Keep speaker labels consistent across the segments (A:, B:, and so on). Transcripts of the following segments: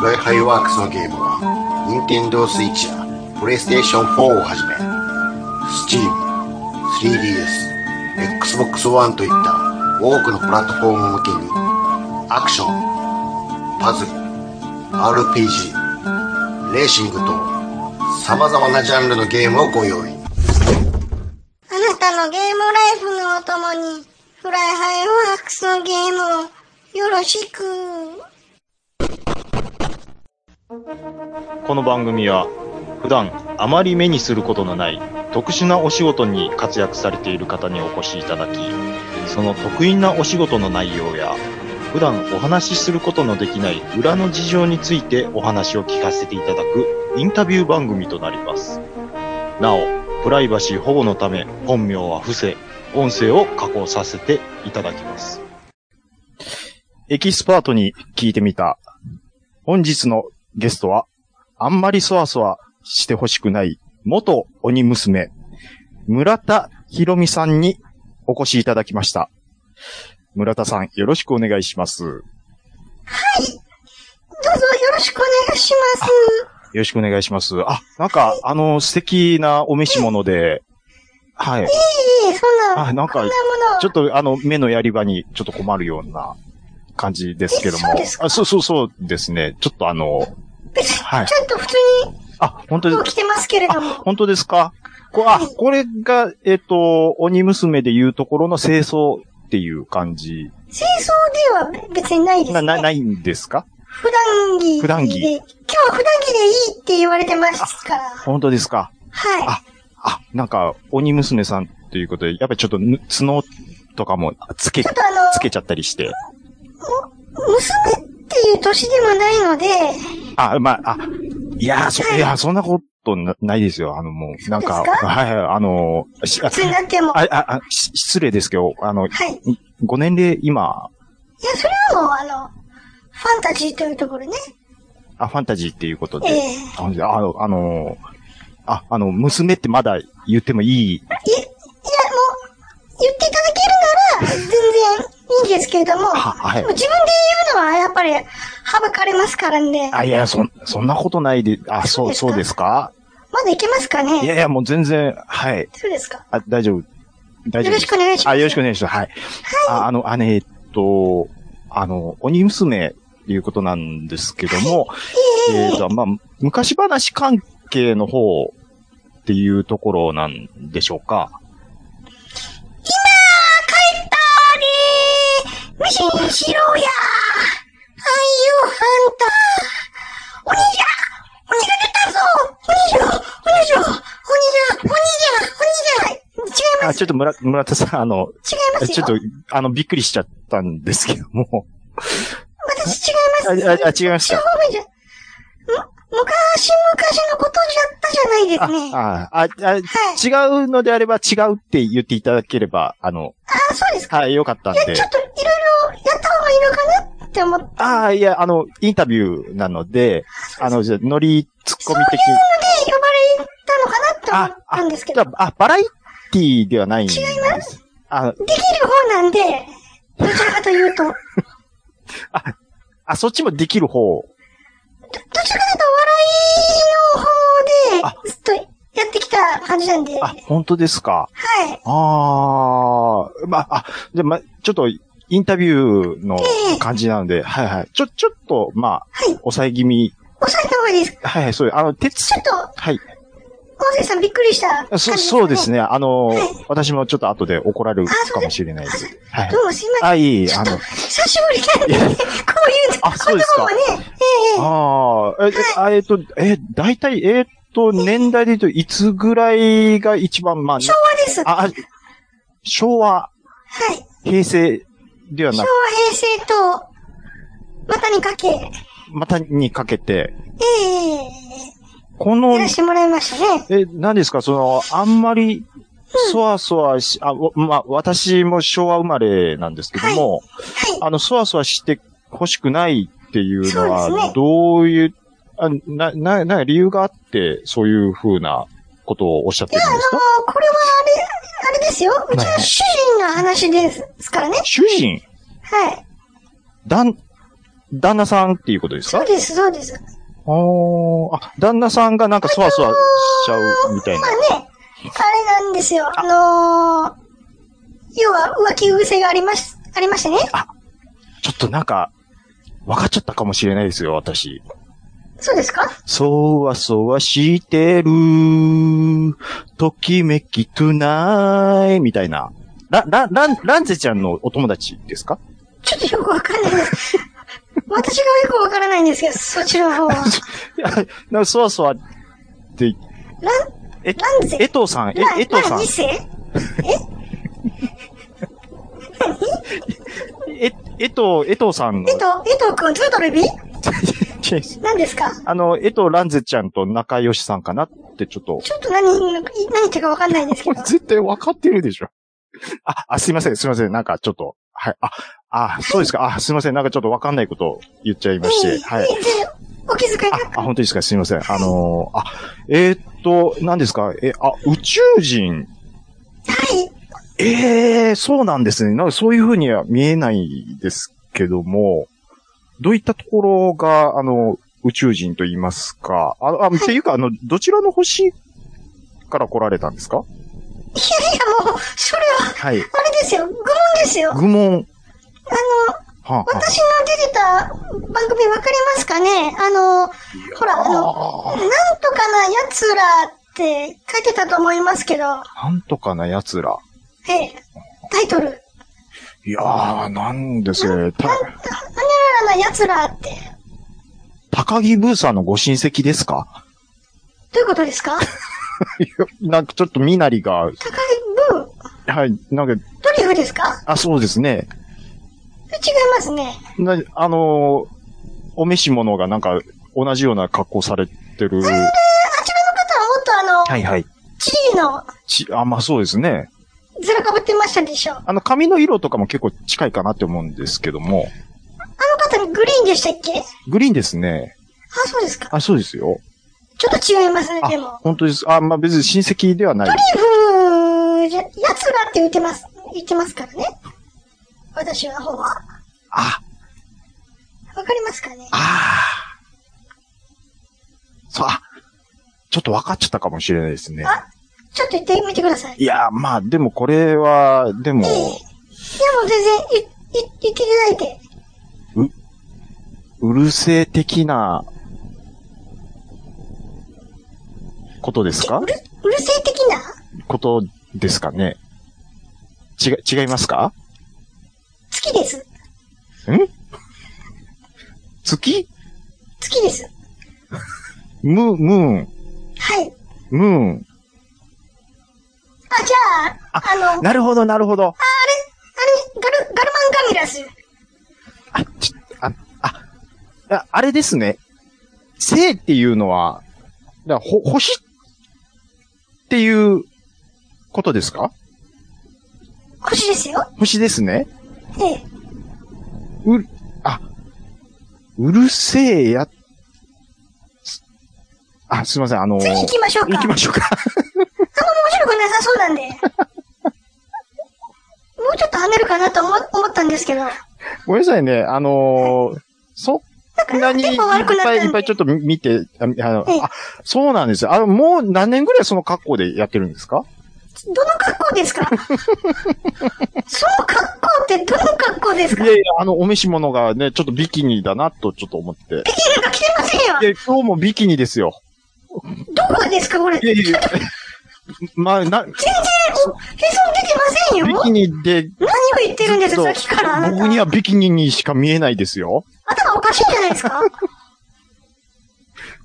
A: ブライハイワークスのゲームは、Nintendo Switch や PlayStation 4をはじめ、Steam、3DS、Xbox One といった多くのプラットフォーム向けに、アクション、パズル、RPG、レーシングと、様々なジャンルのゲームをご用意。
B: あなたのゲームライフのお供に、フライハイワークスのゲームをよろしく。
C: この番組は普段あまり目にすることのない特殊なお仕事に活躍されている方にお越しいただきその得意なお仕事の内容や普段お話しすることのできない裏の事情についてお話を聞かせていただくインタビュー番組となりますなおプライバシー保護のため本名は伏せ音声を加工させていただきますエキスパートに聞いてみた本日のゲストは、あんまりそわそわしてほしくない、元鬼娘、村田ひろみさんにお越しいただきました。村田さん、よろしくお願いします。よ
B: どうぞよろしくお願いします。
C: ろしくお願いします。あ、なんか、あの、素敵なお召し物で、はい。
B: いえいえ、そんな、
C: あ、なん
B: こんな、
C: か
B: もの、
C: ちょっとあの、目のやり場にちょっと困るような感じですけども。
B: えそうですか
C: あそうそうそうですね。ちょっとあの、
B: 別に、
C: はい
B: ちゃんと普通に
C: あ、本当で
B: 服を着てますけれども。
C: 本当ですかこあ、これが、えっ、と、鬼娘で言うところの清掃っていう感じ。
B: 清掃では別にないです
C: な、
B: ね。
C: な、ないんですか
B: 普段着。
C: 普段着
B: で今日は普段着でいいって言われてますから。
C: 本当ですか
B: はい。
C: ああ、なんか、鬼娘さんということで、やっぱりちょっとぬ、角とかもつけ
B: ちょっ、とあの、
C: つけちゃったりして。
B: 娘っていう年でもないので、
C: あ、まあ、あ、いや、そ、いや、そんなことなないですよ。あの、もう、なんか、
B: そうですか
C: はいはい、あの、しあ
B: 普通になっても。は
C: あ、あ、あ、し失礼ですけど、あ
B: い。
C: の、
B: い
C: ご年齢、今、
B: や、それはもうあの、ファンタジーというところね。
C: あ、ファンタジーっていうことで。
B: ええ
C: ああの、あの、あ、あの、娘ってまだ言ってもい
B: い
C: い。
B: や、いや、もう、言っていただけるなら、全然いいんですけれども、
C: ははい
B: でも自分で言うのはやっぱり省かれますからね。
C: あ、いや、そん、そんなことないで、あ、そう、
B: そ
C: そうう
B: で
C: ですか
B: まだいけますか
C: いや
B: ね
C: いや、もう全然、はい。
B: そうですか。
C: あ、大丈夫。大丈
B: よ
C: 夫
B: ろしくお願いします
C: あ、よろしくお願いします。はい。あ、あの、あね、えっと、あの、鬼娘っていうことなんですけども、えっと、まあ、昔話関係の方っていうところなんでしょうか。
B: あれ飯にしろやああいうハンター鬼じゃ鬼が出たぞ鬼じゃ鬼じゃ鬼じゃ鬼じゃ鬼じゃ違いま
C: あ、
B: す
C: ちょっと村、村田さん、あの、
B: 違います
C: ちょ
B: よ
C: っと、あの、びっくりしちゃったんですけども。
B: 私違い
C: あ、あ、
B: ます。
C: あ違いまし
B: 地
C: た
B: 方。面じゃ、む、昔々のことじゃったじゃないで
C: あ
B: すね。
C: あ、あ、あ、
B: はい。
C: 違うのであれば違うって言っていただければ、あの、
B: あ、そうですか。
C: はい、よかったん
B: いや、
C: で
B: ちょ。っといろいろやった方がいいのかなって思って、
C: ああ、いや、あの、インタビューなので、あの、じゃあノリ、ツッコミ的。
B: 呼ばれたのかなって思ったんですけど、
C: あ
B: で
C: あ、バラエティーではないんです。あ、
B: きる方なんで、どちらかというと、ど
C: あ、そっちもできる方。
B: どちらかというと笑いの方
C: あ
B: で、ずっとやってきた感じなんで、は
C: あ
B: い。、
C: 本当ですか。
B: はい。
C: ああ、まあ、あ、じゃあ、ま、ちょっと、インタビューの感じなので、はいはい。ちょ、ちょっと、まあ、抑え気味。
B: 抑えた方がいいです。
C: はいはい、そう、あの、鉄
B: ちょっ、と、
C: はい。
B: 音声さんびっくりした感じ
C: そそうです
B: ね。
C: ね。あの、
B: はい
C: 私もちょっと後で怒られる
B: あそうです
C: かもしれないです。はい
B: ど。うもすいません。
C: あ、いい、
B: ちょ
C: あ
B: っと
C: の、、
B: 久しぶりなんで、こういう
C: あそうですか
B: こともね、ええ
C: ああ、え、あえっと、え、大体、えっと、年代で言うと、いつぐらいが一番、まあ、
B: 昭和です。はい。
C: あ、あ昭和、平成では
B: 昭和
C: なく、、
B: 平成と、またにかけ、え
C: またにかけて、
B: え
C: こ
B: や
C: の
B: ら、してもらいましたね。
C: え、何ですか、その、あんまり、そわそわし、あ、わまあ、私も昭和生まれなんですけども、
B: はい。
C: あの、そわそわして欲しくないっていうの
B: そうですね
C: は、どういう、あな、な、な、理由があって、そういうふうなことをおっしゃってるんです
B: あ
C: か
B: のこれはあれ、あれですよ。うちの主人の話ですからね。
C: 主人
B: はい。
C: 旦、旦那さんっていうことですか
B: そうです、そうです。ま
C: あーあ、旦那さんがなんかそわそわしちゃうみたいな。
B: あね、あれなんですよ。あのー、要は浮気癖があります、ありましてね。
C: ちょっとなんか、分かっちゃったかもしれないですよ、私。
B: そうですか
C: そわそわしてる、ときめきトゥナイみたいな。ラ、ラ、ラン、ランゼちゃんのお友達ですか
B: ちょっとよくわかんないです。私がよくわからないんですけど、そっちの方 は。
C: いや、 なんかそわそわって、
B: ラン、
C: え、
B: ランゼ
C: えとうさん、え、
B: ラン
C: えとうさ
B: ラ
C: ん
B: ン二、世
C: え、えとう、えとうさんの
B: え、と、えとくん、トゥートルビ
C: 違います
B: 何ですか
C: あの、えとランゼちゃんと仲良しさんかなってちょっと、
B: ちょっと何、何言ってるかわかんないんですけ
C: こ
B: ど
C: れ。絶対分かってるでしょ。あ、あ、すいません、すいません、なんかちょっと、はい、あ、あ、そうですか、あ、すいません、なんかちょっと分かんないことを言っちゃいまし
B: え
C: て、
B: え
C: はい。
B: ええ全然お気遣いな
C: あ、あ、
B: く。
C: 本当ですかすいません。あのーあ、えーっと、何ですかえ、あ、宇宙人
B: はい。
C: ええそうなんですね。なんかそういうふうには見えないですけども、どういったところが、あの、宇宙人と言いますか、あ、あっていうか、あの、どちらの星から来られたんですか
B: いやもう、それは、あ
C: はい。
B: れですよ。愚問ですよ。あの、
C: 愚問。はあ、はあ
B: 私の出てた番組わかりますかねあの、ほら、あの、なんとかな奴らって書いてたと思いますけど、
C: なんとかな奴ら。
B: ええ、タイトル。
C: いやー、なんですね。た、
B: ほにゃららな奴らって、
C: 高木ブーさんのご親戚ですか
B: どういうことですか
C: いやなんかちょっと身なりが、
B: 高い分、
C: はい、なんか、
B: トリュフですか
C: あ、そうですね。
B: 違いますね。
C: な、あのーお召し物がなんか、同じような格好されてる。
B: あちらの方はもっとあの、
C: いはい。
B: チリの
C: ち、あ、まあそうですね。
B: ずらかぶってましたでしょ。あの
C: あの、髪の色とかも結構近いかなって思うんですけども、
B: 方グリーンでしたっけあ、
C: グリーンですね。
B: そうですか。
C: あ、そうですよ。
B: ちょっと違いますね、
C: あ
B: でも。、
C: 本当です。あ、まあ別に親戚ではない。
B: トリュフじゃ、奴らって言ってます、言ってますからね。私の方は。わ
C: あ、
B: かりますかね
C: ああ。そう、あ、ちょっと分かっちゃったかもしれないですね。
B: あちょっと言ってみてください。い
C: いやー、まあ、でもこれは、でも
B: え、えや、もう全然、い、い、言っていただいて。
C: うるせえ的な、ことですか
B: うる、うるせえ的な
C: ことですかね。違、違いますか
B: 好きです。
C: 月
B: 好きです。
C: ム、ムーン、
B: はい。
C: ムーン。
B: あ、じゃあ、あの、あれ、
C: なるほど、なるほど。
B: ガル、ガルマンガミラス。
C: あ、ち、あ、あ、ああれですね。星っていうのは、だほ、星っていうことですか
B: 星ですよ。
C: 星ですね。
B: ええ。
C: う、あ、うるせえや、すあ、すいません、あのー
B: 次行きましょうか。
C: 行きましょうか。
B: 面白くなさそうなん で。もうちょっと跳ねるかなと思思ったんですけど。
C: ごめんなさいね、あのーそんなにい
B: テ
C: っ
B: ンポ悪くなったん
C: ぱい
B: で
C: いっぱいちょっと見て、あ、あ
B: ええ
C: のあそうなんですよ。あの、もう何年ぐらいその格好でやってるんですか
B: どの格好ですか その格好ってどの格好です
C: い
B: か
C: やいや、あの、お召し物がね、ちょっとビキニだなとちょっと思って。
B: なんか着てませんよ
C: い。や、今日もビキニですよ。
B: どこですかこれ。
C: いやいや、 まあ、な、
B: 全然、お、へそ出てませんよ。
C: ビ
B: 何を
C: キニで、
B: 言ってるんですかさっきからあなた。
C: 僕にはビキニにしか見えないですよ。
B: 頭おかしいんじゃないですか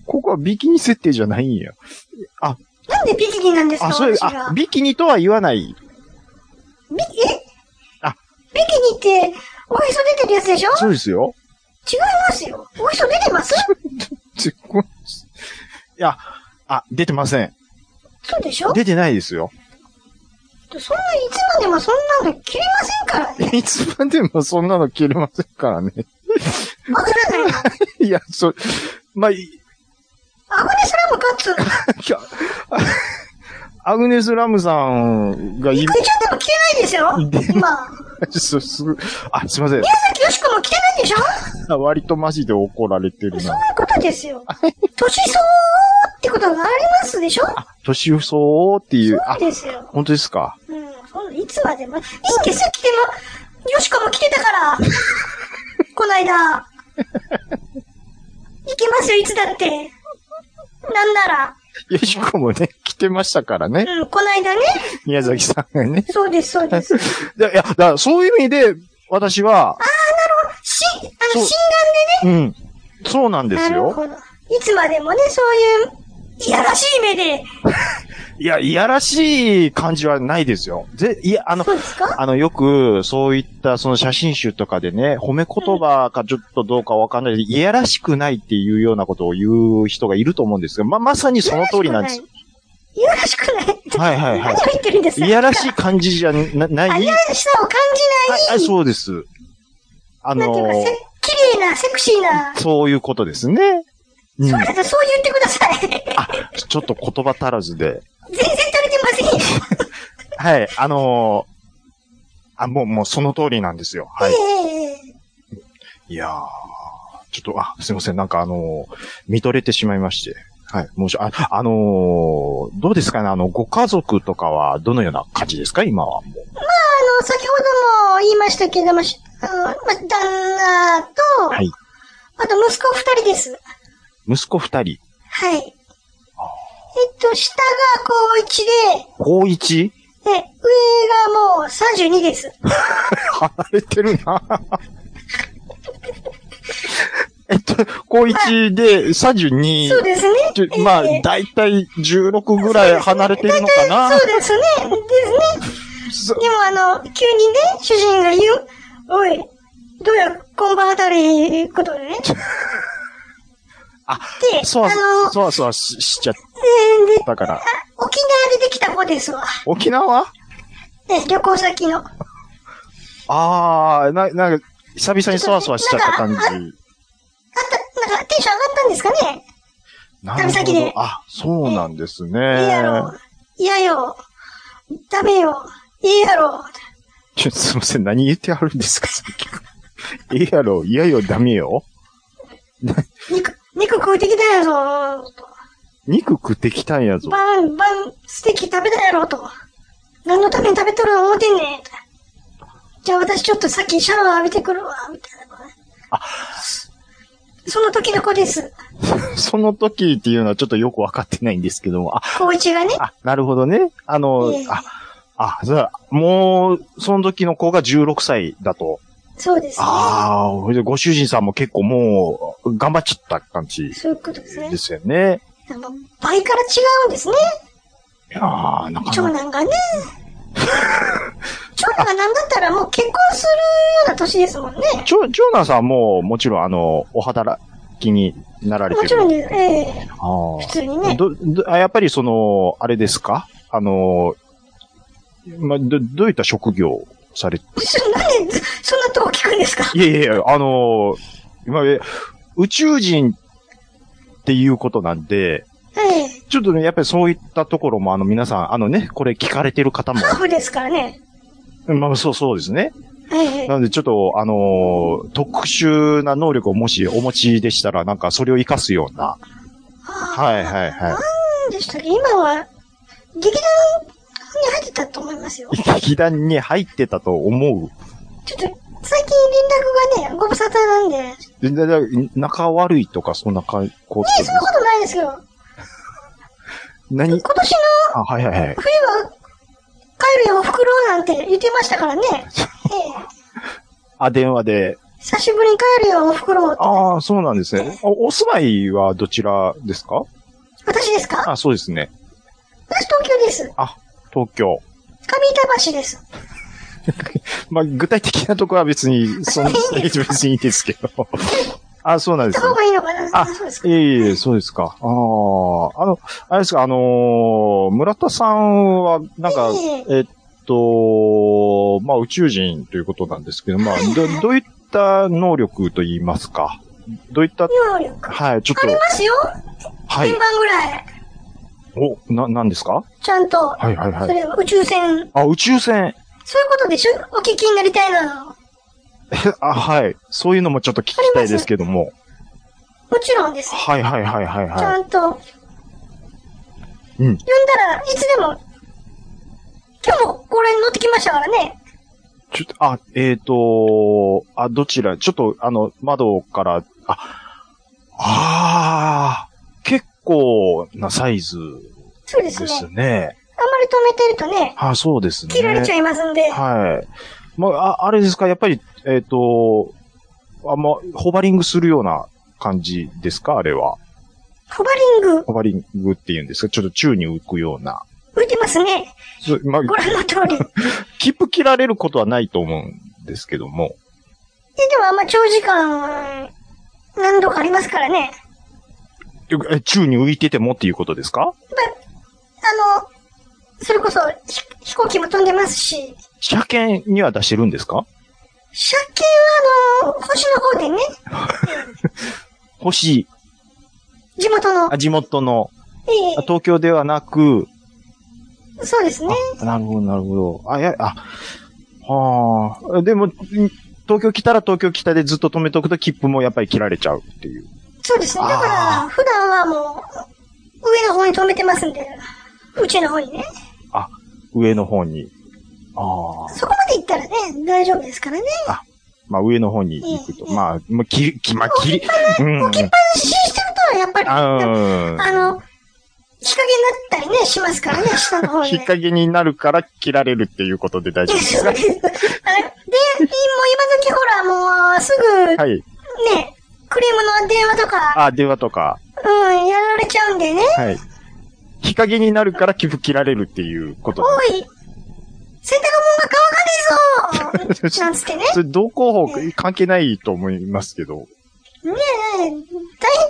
C: ここはビキニ設定じゃないんや。
B: なんでビキニなんですか
C: あ、そういう
B: 私、が
C: あ、ビキニとは言わない。
B: ビえ
C: あ
B: ビキニって、おへそ出てるやつでしょ違い
C: そうですよ。
B: ますよ。おへそ出てます
C: ちこ いや、あ、出てません。
B: そうでしょ
C: 出てないですよ。
B: そんな、いつまでもそんなの切れませんからね。
C: いつまでもそんなの切れませんからね。
B: わからないな。
C: いや、そ、まあ、い
B: アゴネスラムかっつうの。
C: いや、アグネス・ラムさんがい
B: ゆくりちゃんでも来てないですよ
C: いて
B: 今。
C: す、すぐ、あ、すいません。
B: 宮崎よしこも来てないでしょ
C: 割とマジで怒られてる
B: そう
C: な。
B: いうことですよ。年相応ってことがありますでしょ
C: 年うそうっていう、
B: そ
C: あ
B: う、ですよ。
C: 本当ですか
B: うん、そんいつまでも。いいんですよ、来ても。よしこも来てた から。こないだ。行けますよ、いつだって。なんなら。
C: よしこもね、来てましたからね。
B: うん、こないだね。
C: 宮崎さんがね。
B: そうです、そうです。し、
C: いや、いやだからそういう意味で、私は、
B: あの、
C: そう
B: 心眼
C: うん。そうなんで
B: でね。
C: す
B: なる
C: よ。
B: ほど。いつまでもね、そういう、いやらしい目で。
C: いや、いやらしい感じはないですよ。ぜ、いや、あの
B: そ、うですか
C: あの、よく、そういった、その写真集とかでね、褒め言葉かちょっとどうかわかんないけど、いやらしくないっていうようなことを言う人がいると思うんですが、ま、まさにその通りなんです。
B: いやらしくない。いやらしくない。
C: はいはいは
B: 何
C: い
B: を言ってるんですか
C: いやらしい感じじゃな、な
B: あ
C: い。
B: いやらしさを感じ
C: は、
B: ないい。
C: そうです。あ
B: なんていう
C: の
B: か、せ、綺麗な、セクシーな。
C: そういうことですね。うん。
B: そうだそう言ってください。全然
C: あ、ちょっと言葉足らずで。
B: 足りてません。
C: はい、あのーあ、もう、もうその通りなんですよ。はい。
B: ええ
C: いやー、ちょっと、あ、すいません、なんかあのー見とれてしまいまして。はい、もし、あ、あのーどうですかね、あの、ご家族とかはどのような感じですか、今
B: あ
C: はも
B: の、先ほども言いましたけども、しあの、ま、旦那と、
C: はい
B: あと息子二人です。
C: う。息子二人、
B: はい。えっと、下が高1で、
C: 高一
B: え、上がもう32です。
C: 離れてるな えっと、高一で32。
B: そうですね。
C: ちょまあ、
B: ええ
C: だいたい16ぐらい離れてるのかな
B: そうですね。ですね。
C: そ
B: でもあの、急にね、主人が言う、おい、どうや、こんばんあたり、ことでね。
C: あ、
B: で、
C: そわ
B: あの、
C: そわそわししちゃっ
B: えーで、
C: たから。
B: 沖縄でできた子ですわ。
C: 沖縄
B: え、旅行先の。
C: ああ、な、なんか、久々にそわそわしちゃった感じ。
B: あった、なんかテンション上がったんですかね
C: な
B: 旅
C: る
B: 先
C: ほど
B: で。
C: あ、そうなんですね。
B: いいやろ。いやよ。ダメよ。いいやろ。
C: ちょすいません、何言ってはるんですか、さっき からいいやろ、いやよ、ダメよ。
B: 肉、肉食うてきたやぞ。
C: 肉食ってきたんやぞ。
B: バン、バン、ステーキ食べたやろと。何のために食べとる思うてんねん。じゃあ私ちょっとさっきシャワー浴びてくるわ、みたいな。
C: あ
B: その時の子です。
C: その時っていうのはちょっとよくわかってないんですけども。あ、
B: 高一がね。
C: あ、なるほどね。あの
B: ええ、
C: あ、あ、そうだもう、その時の子が16歳だと。
B: そうですね。
C: ああ、ほいでご主人さんも結構もう、頑張っちゃった感じ
B: そういうことですね
C: で。すよね。
B: なんか倍から違うんですね。
C: いやー、なか
B: 長
C: なか。
B: 男がね。長男がなんだったらもう結婚するような年ですもんね。
C: 長、長男さんはもう、もちろん、あの、お働きになられてる。
B: もちろんです。ええ
C: あ
B: 普
C: ー
B: 通にね。
C: ど、ど、あやっぱりその、あれですかあの、ま、ど、どういった職業をされて、
B: そなんで、そんなとこ聞くんですか
C: いやいやいや、あの、今、え宇宙人っていうことなんで、
B: ええ
C: ちょっとね、やっぱりそういったところも、あの、皆さん、あのね、これ聞かれてる方も、
B: ハーフですからね。
C: まあ、そうそうですね。
B: ええ
C: なので、ちょっと、あのー特殊な能力をもしお持ちでしたら、なんかそれを活かすような。
B: は
C: はいはいは
B: なんでしたっけ今は、劇団に入ってたと思いますよ。
C: い。劇団に入ってたと思う。
B: ちょっと、最近連絡がね、ご無沙汰なんで。ね
C: ででで仲悪いとか、そんな感じ、こ
B: え、そんなことないですけど、今
C: 何
B: 年の
C: あ、はいはいはい。
B: 冬は、帰るよ、袋なんて言ってました からね。ええ
C: あ、電話で。
B: 久しぶりに帰るよ、お袋。
C: ああ、そうなんですね。おお住まいはどちらですか
B: 私ですか
C: あ、そうですね。
B: 私東京です。上
C: 東京。
B: 板橋です。
C: まあ、具体的なところは別に、そんな、別にいいですけど。 あ、そうなんで
B: 行った方。
C: すね
B: がいいのかな
C: あ
B: そうですか。
C: いえいえ、そうですか。ああ、あの、あれですか、あのー村田さんは、なんか、
B: え
C: えっと、まあ、宇宙人ということなんですけど、まあ、ど、どういった能力と言いますか。どういった、
B: 能力。
C: はい、ちょっ
B: あり
C: と、
B: ますよ
C: はい
B: 天。番ぐらい。
C: お、な、何ですか
B: ちゃんと、
C: はいはい
B: そ
C: はい。
B: れは宇宙船。
C: あ、宇宙船。
B: そういうことでしょお聞きになりたいなの。
C: えあ、はい。そういうのもちょっと聞きたいですけども。
B: もちろんです。
C: はいはいはいはい
B: ちゃ
C: は
B: んと。
C: い。
B: 呼
C: うん
B: ん。だらいつでも。今日もこれに乗ってきましたからね。
C: ちょっと、あ、えっ、と、あ、どちら、ちょっと、あの、窓から、あ、あー、結構なサイズ
B: そうで
C: です
B: ね。あんま
C: すね。
B: り止めてるとね、
C: あ、そうですね。
B: 切られちゃいますんで。
C: はい。まあ、ああれですか、やっぱり、えっ、と、あまあ、ホバリングするような感じですか、あれは。
B: ホバリング、
C: ホバリングっていうんですか、ちょっと宙に浮くような。
B: 浮いてますね。
C: そまあ、
B: ご覧の通り。え、
C: 切符切られることはないと思うんですけども。
B: でもあんま長時間、何度かありますからね。
C: え宙に浮いててもっていうことですか
B: あの、それこそ、ひ飛行機も飛んでますし、
C: 車検には出してるんですか
B: 車検はあの、星の方でね、
C: 星、
B: 地元の、
C: あ地元の、
B: え
C: あ東京ではなく、
B: えそうですね。
C: あ、なるほど、なるほど。あ、いや、あ、はあ、でも、ん東京来たら東京来たでずっと止めとくと切符もやっぱり切られちゃうっていう。
B: そうですね。だか
C: あ
B: ら、普段はもう、上の方に止めてますんで、宇宙の方にね。
C: 上の方に。ああ。
B: そこまで行ったらね、大丈夫ですからね。
C: まあ上の方に行くと。
B: ええ
C: まあ、もう切り、き、まあ切り、うん。
B: 置きっぱなししてるとは、やっぱり、
C: あ
B: あ
C: うん。
B: の、日陰になったりね、しますからね、下の方に、
C: 引っ
B: ね。
C: 掛けになるから切られるっていうことで大丈夫です
B: そう
C: か
B: ですあで、もう今時ほら、もう、すぐ、ね、
C: はい。
B: クレームの電話とか、
C: あ、電話とか。
B: うん、やられちゃうんでね。
C: はい。日陰になるから寄付切られるっていうことで
B: おい、洗濯物が乾かねえぞなんつってね。
C: それ同候補関係ないと思いますけど。
B: ねえ、大変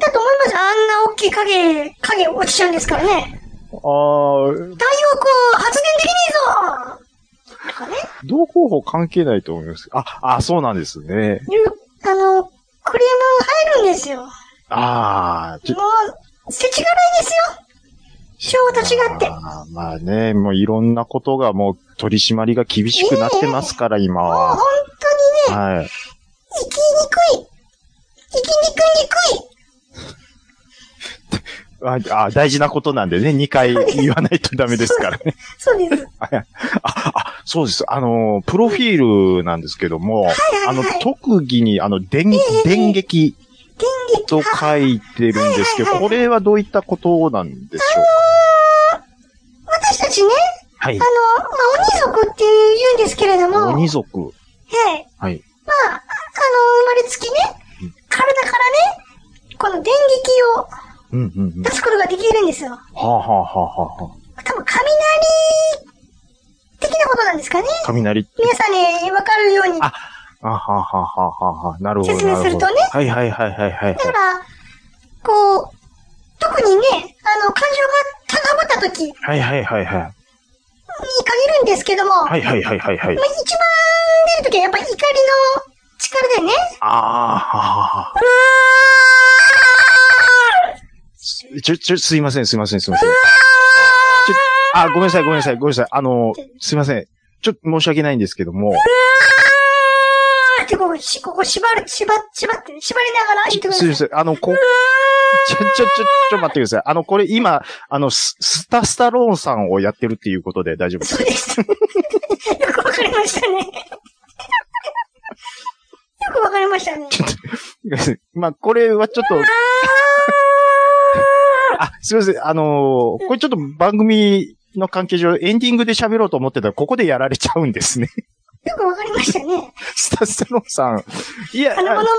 B: だと思いますよあんな大きい影、影落ちちゃうんですからね。
C: ああ、
B: 太陽光発電できねえぞとかね。
C: 同候補関係ないと思います。あ、あ、そうなんですね。
B: いう、あの、クレーム入るんですよ。も
C: ああ、ちょ
B: う、世知辛いですよ。昭和と違って。
C: まあまあね、もういろんなことがもう取り締まりが厳しくなってますから、今
B: もう本
C: は。
B: 当にね、
C: はい。
B: 生きにくい。生きにくいにくい。
C: ああ、大事なことなんでね、2回言わないとダメですからね。
B: そうです。
C: あ、あ、そうです。あの、プロフィールなんですけども、
B: いはいはい
C: あの、特技に、あの、電、電
B: 電
C: 撃
B: 撃。
C: と書いてるんですけど、
B: はいはいはい
C: これはどういったことなんでしょう
B: 私たちね、
C: かは
B: あ。
C: い
B: の、まあ、鬼族って言うんですけれども、
C: 鬼族。
B: ええ
C: はい。
B: まあ、あの、生まれつきね
C: うん、
B: 体からね、この電撃を
C: うんうんうん。
B: 出
C: は
B: すことができるんですよ。
C: あ、はあはあはあはあ、
B: 多分、雷的なことなんですかね。
C: 雷。
B: 皆さんね、わかるように。だ
C: ああはあはあはあはあはあ、なるほど。
B: 説明するとね
C: なほどはいはいはいはいはい。
B: から、こう、特にね、あの、感情が高まった時に限
C: はいはいはいはい。
B: るんですけども、
C: はいはいはいはいはい
B: まあ、。一番出る時はやっぱり怒りの力でね、
C: ああ、はあはあ。
B: うわー
C: ちょ、ちょ、すいませんすいませんすいません。ちょ、あ、ごめんなさいごめんなさいごめんなさい。あの、すいません。ちょっと申し訳ないんですけども、
B: あーってこう、しここ縛る、縛っ、縛ってね、縛りながら言ってくだ
C: す
B: さ
C: い
B: い。
C: ません。あの、こ、ちょ、ちょ、ちょ、ちょ、待ってください。あの、これ今、あの、ススタスタローンさんをやってるっていうことで大丈夫です
B: そうです。 よくわかりましたね。 よくわかりましたね。
C: か まあ、これはちょっと、 あ、すいません。あのーこれちょっと番組の関係上、エンディングで喋ろうと思ってたら、ここでやられちゃうんですね。
B: よくわかりましたね。
C: スタスタローンさん。いや、
B: あの、モノマ
C: あ
B: ネ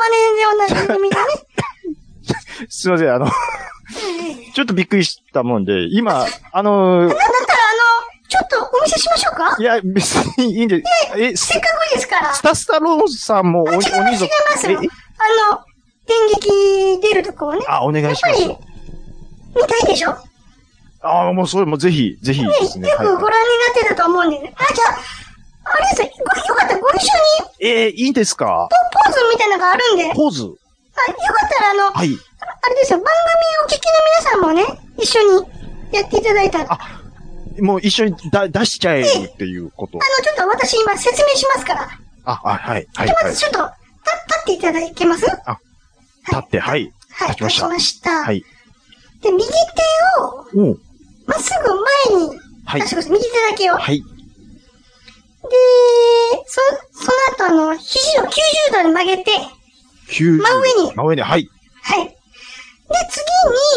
B: でおなじみがね。
C: すいません。あの、
B: うん
C: ちょっとびっくりしたもんで、今、あのー
B: だったら、あの、ちょっとお見せしましょうか
C: いや、別にいいんで、え、ス
B: せっかくですから。あ
C: スタスタローンさんもお
B: 違い
C: 鬼
B: ます、違い
C: 鬼族
B: ますよ。
C: ええ
B: あの、電撃出るとこをね、
C: あ、お願いしますよ。
B: 見たいでしょ
C: あもうそれもぜひ、ぜひ
B: ね、
C: ですね。
B: よくご覧にな
C: は
B: ってたと思うんでね。あ、じゃあ、あれですよ、ごよかったらご一緒に
C: い、えー、いいんですか
B: ポーズみたいなのがあるんで、あよか
C: ポーズ
B: ったらあの、
C: はい。
B: あれですよ、番組をお聞きの皆さんもね、一緒にやっていただいた。あの、ちょ
C: もう一緒にだ出しちゃえるっていうこと。
B: っと私今説明しますから。
C: あ、あはい、はい、
B: ま
C: はい。
B: ず
C: 立
B: ちょっと、た立っていただけます
C: って、はい。
B: はい、
C: 立ちました
B: た
C: はい。
B: で、右手を、
C: おう
B: まっすぐ前に、
C: はい
B: あ、そうです。右手だけを。
C: はい。
B: で、そ、その後、あの、肘を90度に曲げて、
C: 90
B: 真上に
C: 真上に、はい。
B: はい。で、次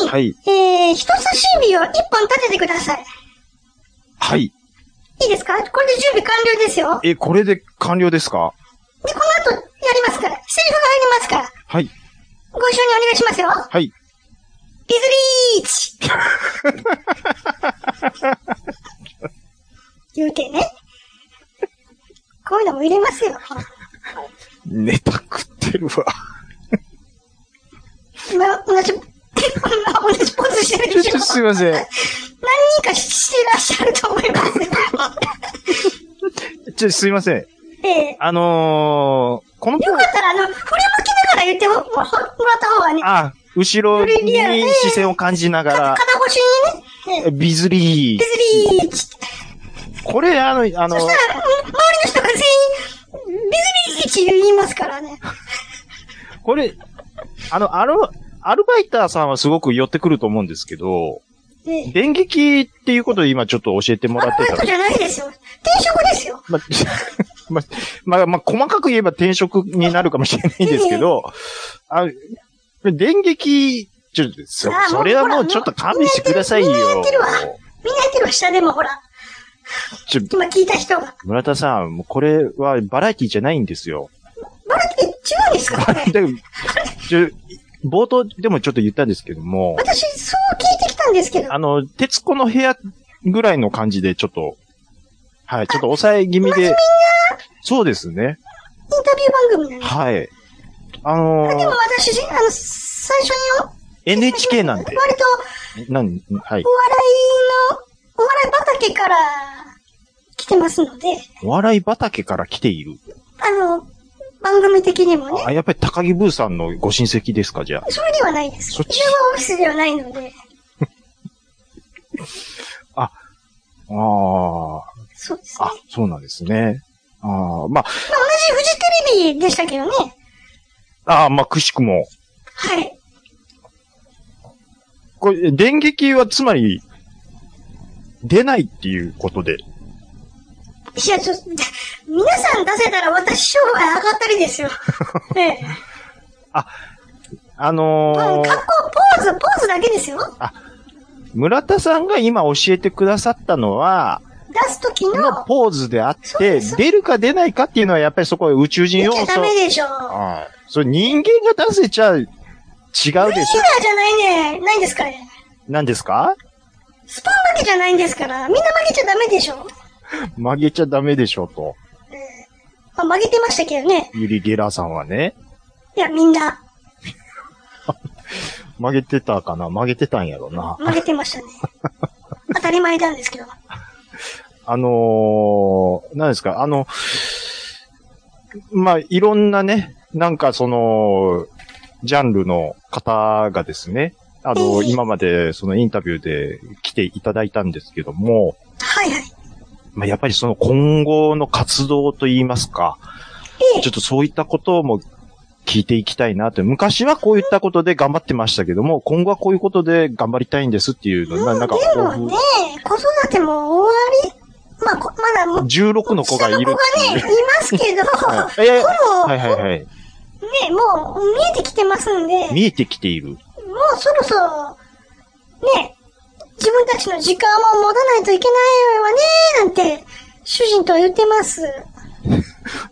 B: に、
C: はい。
B: えー、人差し指を1本立ててください。
C: はい。
B: いいですかこれで準備完了ですよ。
C: え、これで完了ですか
B: で、この後、やりますから。セリフが入りますから。
C: はい。
B: ご一緒にお願いしますよ。
C: はい。
B: ビズリーチ 言うてね。こういうのも入れますよ。
C: ネタ食ってるわ。
B: 今、同じ、今 同じポーズしてる
C: ち
B: で
C: ょっ
B: しょ
C: と。すいません。
B: 何人かしてらっしゃると思い ますよ。
C: ちょっとすいません。
B: ええ
C: あのー、この
B: よかったら、あの、振り向きながら言ってももらった方がね、
C: あ、後ろ
B: よりリアル
C: に視線を感じなが
B: 片腰にね、ええ
C: ら、ビズリー
B: ビ。ズリーチって。
C: これ、あの、あの
B: そ、したら、うん周りの人が全員、ビズリーチ言いますからね。
C: これ、あの、アル、アルバイターさんはすごく寄ってくると思うんですけど、
B: ええ
C: 電撃っていうことで今ちょっと教えても
B: ア
C: ら
B: ル
C: って
B: バ
C: た
B: イトじ
C: んで
B: ゃないですよ。転職ですよ。
C: まあ、 まあ、まあ、まあ、細かく言えば転職になるかもしれないんですけど、あ、電撃、ちょっと、そ
B: あもう
C: それはもうちょっと勘弁してくださいよ
B: みんなやってるわ。みんなやってるわ、下でもほら。
C: ちょ、
B: 今聞いた人が。
C: 村田さん、もうこれはバラエティじゃないんですよ。
B: バラえ、違うんですかこれ。
C: でちょ冒頭でもちょっと言ったんですけども、
B: 私、そう聞いてきたんですけど。
C: あの、徹子の部屋ぐらいの感じでちょっと、はい、ちょっと抑え気味で、そうですね。
B: インタビュー番組なんです。
C: はい。あの
B: でも
C: ー、
B: 私、あの、最初によ
C: NHK なんで、
B: 割と、
C: なん、はい
B: お。笑いの、お笑い畑から来てますので、
C: お笑い畑から来ている。
B: あの、番組的にもね、
C: あ、やっぱり高木ブーさんのご親戚ですか、じゃあ。
B: それではないです。
C: そっ
B: 自
C: ち
B: 分はオフィスではないので、
C: ああ、
B: そうですね。ま
C: あ
B: あ、
C: そうなんですね。ああ、ま
B: 同じフジテレビでしたけどね。
C: あ、ああ、まあ、くしくも。
B: はい。
C: これ、電撃はつまり、出ないっていうことで。
B: いや、ちょ、皆さん出せたら私商売上がったり ですよ。ええ。
C: あ
B: まあ
C: の
B: 格好、
C: ー、
B: ポーズ、ポーズだけですよ。
C: 村田さんが今教えてくださったのは、
B: 出すときの、
C: のポーズであっ
B: そう
C: て
B: で、す
C: 出るか出ないかっていうのはやっぱりそこは宇宙人
B: 出
C: 要
B: ちゃ
C: 素。
B: ダメでしょ。ミ
C: ああ、それ人間が出せちゃ違うでしょ。
B: ラーじゃないね。ないんですかね。
C: 何ですか
B: スパン負けじゃないんですから、みんな負けちゃダメでしょ。
C: 曲げちゃダメでしょ、と。
B: まあ、曲げてましたけどね。
C: ユリ・ゲラーさんはね。
B: いや、みんな
C: 曲げてたかな曲げてたんやろな。
B: 曲げてま したね。当たり前なんですけど。
C: あのー、何ですかあの、まあ、いろんなね、なんかその、ジャンルの方がですね、あの、
B: ええ
C: 今までそのインタビューで来ていただいたんですけども、
B: はいはい。
C: まあ、やっぱりその今後の活動といいますか、
B: ええ
C: ちょっとそういったことも聞いていきたいなって、昔はこういったことで頑張ってましたけども、今後はこういうことで頑張りたいんですっていうのななんか、
B: でもね、子育ても終わり、まあ、こまだもう、
C: 16の子がいる
B: 下の
C: って
B: 子
C: い
B: が
C: う。
B: ね、いますけど、
C: はい、いやいや
B: ほぼ、
C: はいはいはい。
B: ね、もう見えてきてますんで、も
C: 見えてきている。
B: うそろそろ、ね、自分たちの時間も持たないといけないわね、なんて、主人とは言ってます。